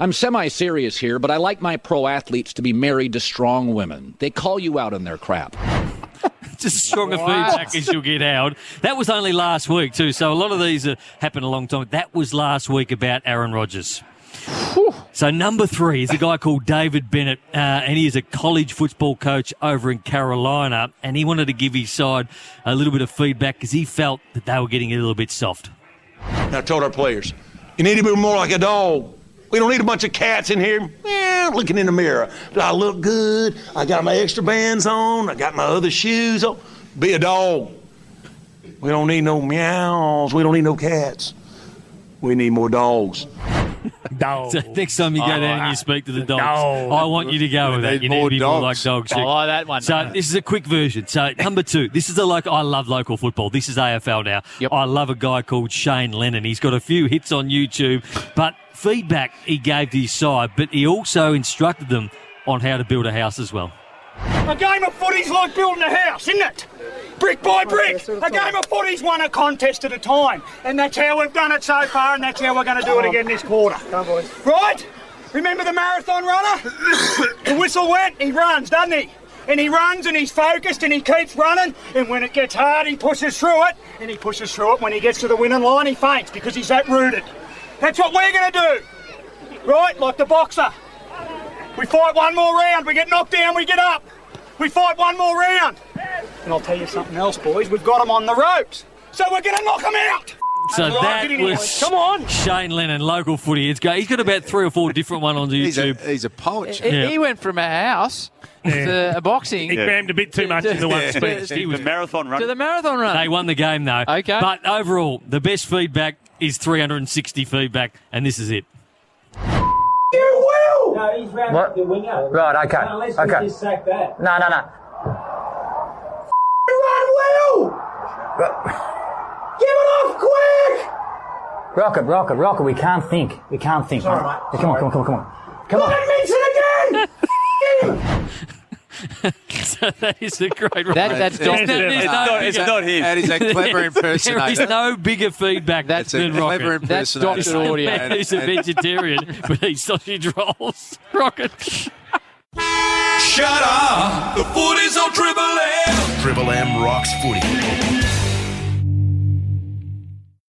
Speaker 25: I'm semi serious here, but I like my pro athletes to be married to strong women. They call you out on their crap.
Speaker 9: *laughs* just as strong a feedback as you'll get out. That was only last week too, so a lot of these uh, happened a long time. That was last week about Aaron Rodgers. So number three is a guy called David Bennett, uh, and he is a college football coach over in Carolina, and he wanted to give his side a little bit of feedback because he felt that they were getting a little bit soft.
Speaker 26: And I told our players, you need to be more like a dog. We don't need a bunch of cats in here eh, looking in the mirror. Do I look good? I got my extra bands on. I got my other shoes on. Be a dog. We don't need no meows. We don't need no cats. We need more dogs.
Speaker 9: *laughs* So next time you go
Speaker 26: I like
Speaker 9: down and
Speaker 21: Oh,
Speaker 9: you
Speaker 26: that.
Speaker 9: speak to the dogs,
Speaker 26: Dog.
Speaker 9: I want you to go with that.
Speaker 26: Need
Speaker 9: You need
Speaker 26: more
Speaker 9: to be more like
Speaker 26: dogs.
Speaker 9: dogs.
Speaker 26: I
Speaker 9: Chick.
Speaker 26: like that one.
Speaker 9: So this is a quick version. So number two, this is a local. I love local football. This is AFL now. I love a guy called Shane Lennon. He's got a few hits on YouTube, but feedback he gave to his side, but he also instructed them on how to build a house as well.
Speaker 21: A game of footy's like building a house, isn't it? Brick by brick. A game of footy's won a contest at a time. And that's how we've done it so far, and that's how we're going to do it again this quarter. Right? Remember the marathon runner? *coughs* the whistle went, he runs, doesn't he? And he runs and he's focused and he keeps running. And when it gets hard, he pushes through it. And he pushes through it. When he gets to the winning line, he faints because he's that rooted. That's what we're going to do. Right? Like the boxer. We fight one more round, we get knocked down, we get up. We fight one more round. And I'll tell you something else, boys. We've got them on the ropes. So we're going to knock them out.
Speaker 9: So
Speaker 21: That's right,
Speaker 9: that
Speaker 21: didn't he,
Speaker 9: was
Speaker 21: boys? Come on.
Speaker 9: Shane Lennon, local footy. It's go- he's got about three or four different one on YouTube. He's a,
Speaker 7: he's a poet.
Speaker 6: *laughs* He- He went from a house to a boxing.
Speaker 9: He crammed a bit too much
Speaker 6: to-
Speaker 9: into one
Speaker 6: to-
Speaker 9: speech.
Speaker 6: to-
Speaker 9: He was-
Speaker 6: to
Speaker 10: marathon
Speaker 6: the marathon run.
Speaker 9: They won the game though. Okay. But overall, the best feedback is 360 feedback, and this is it.
Speaker 21: You will! No, he's round
Speaker 9: What?
Speaker 21: the winger.
Speaker 9: Right, okay,
Speaker 21: No, let's
Speaker 9: okay.
Speaker 21: just sack that.
Speaker 9: No, no, no.
Speaker 21: Everyone will! Give it off quick!
Speaker 27: Rocket, rocket, rocket. We can't think. We can't think.
Speaker 21: Sorry, mate.
Speaker 27: Come on, come on, come on, come on. Come on.
Speaker 21: Edmondson again!
Speaker 9: so that is a great.
Speaker 6: That- that's It's Dom. not-
Speaker 9: There is
Speaker 6: it's
Speaker 9: no
Speaker 6: not- it's
Speaker 9: bigger-
Speaker 6: not him. That is a clever
Speaker 9: There is
Speaker 6: impersonator.
Speaker 9: no bigger feedback
Speaker 6: That's
Speaker 9: than
Speaker 6: a clever
Speaker 9: Rocket.
Speaker 6: That's impersonator. Doctor
Speaker 9: It's a
Speaker 6: Audio.
Speaker 9: man Who's a
Speaker 6: And-
Speaker 9: vegetarian, but he sausage rolls. Rocket.
Speaker 28: Ah,
Speaker 3: Shut up! The foot is on Triple M!
Speaker 28: Triple M rocks footy.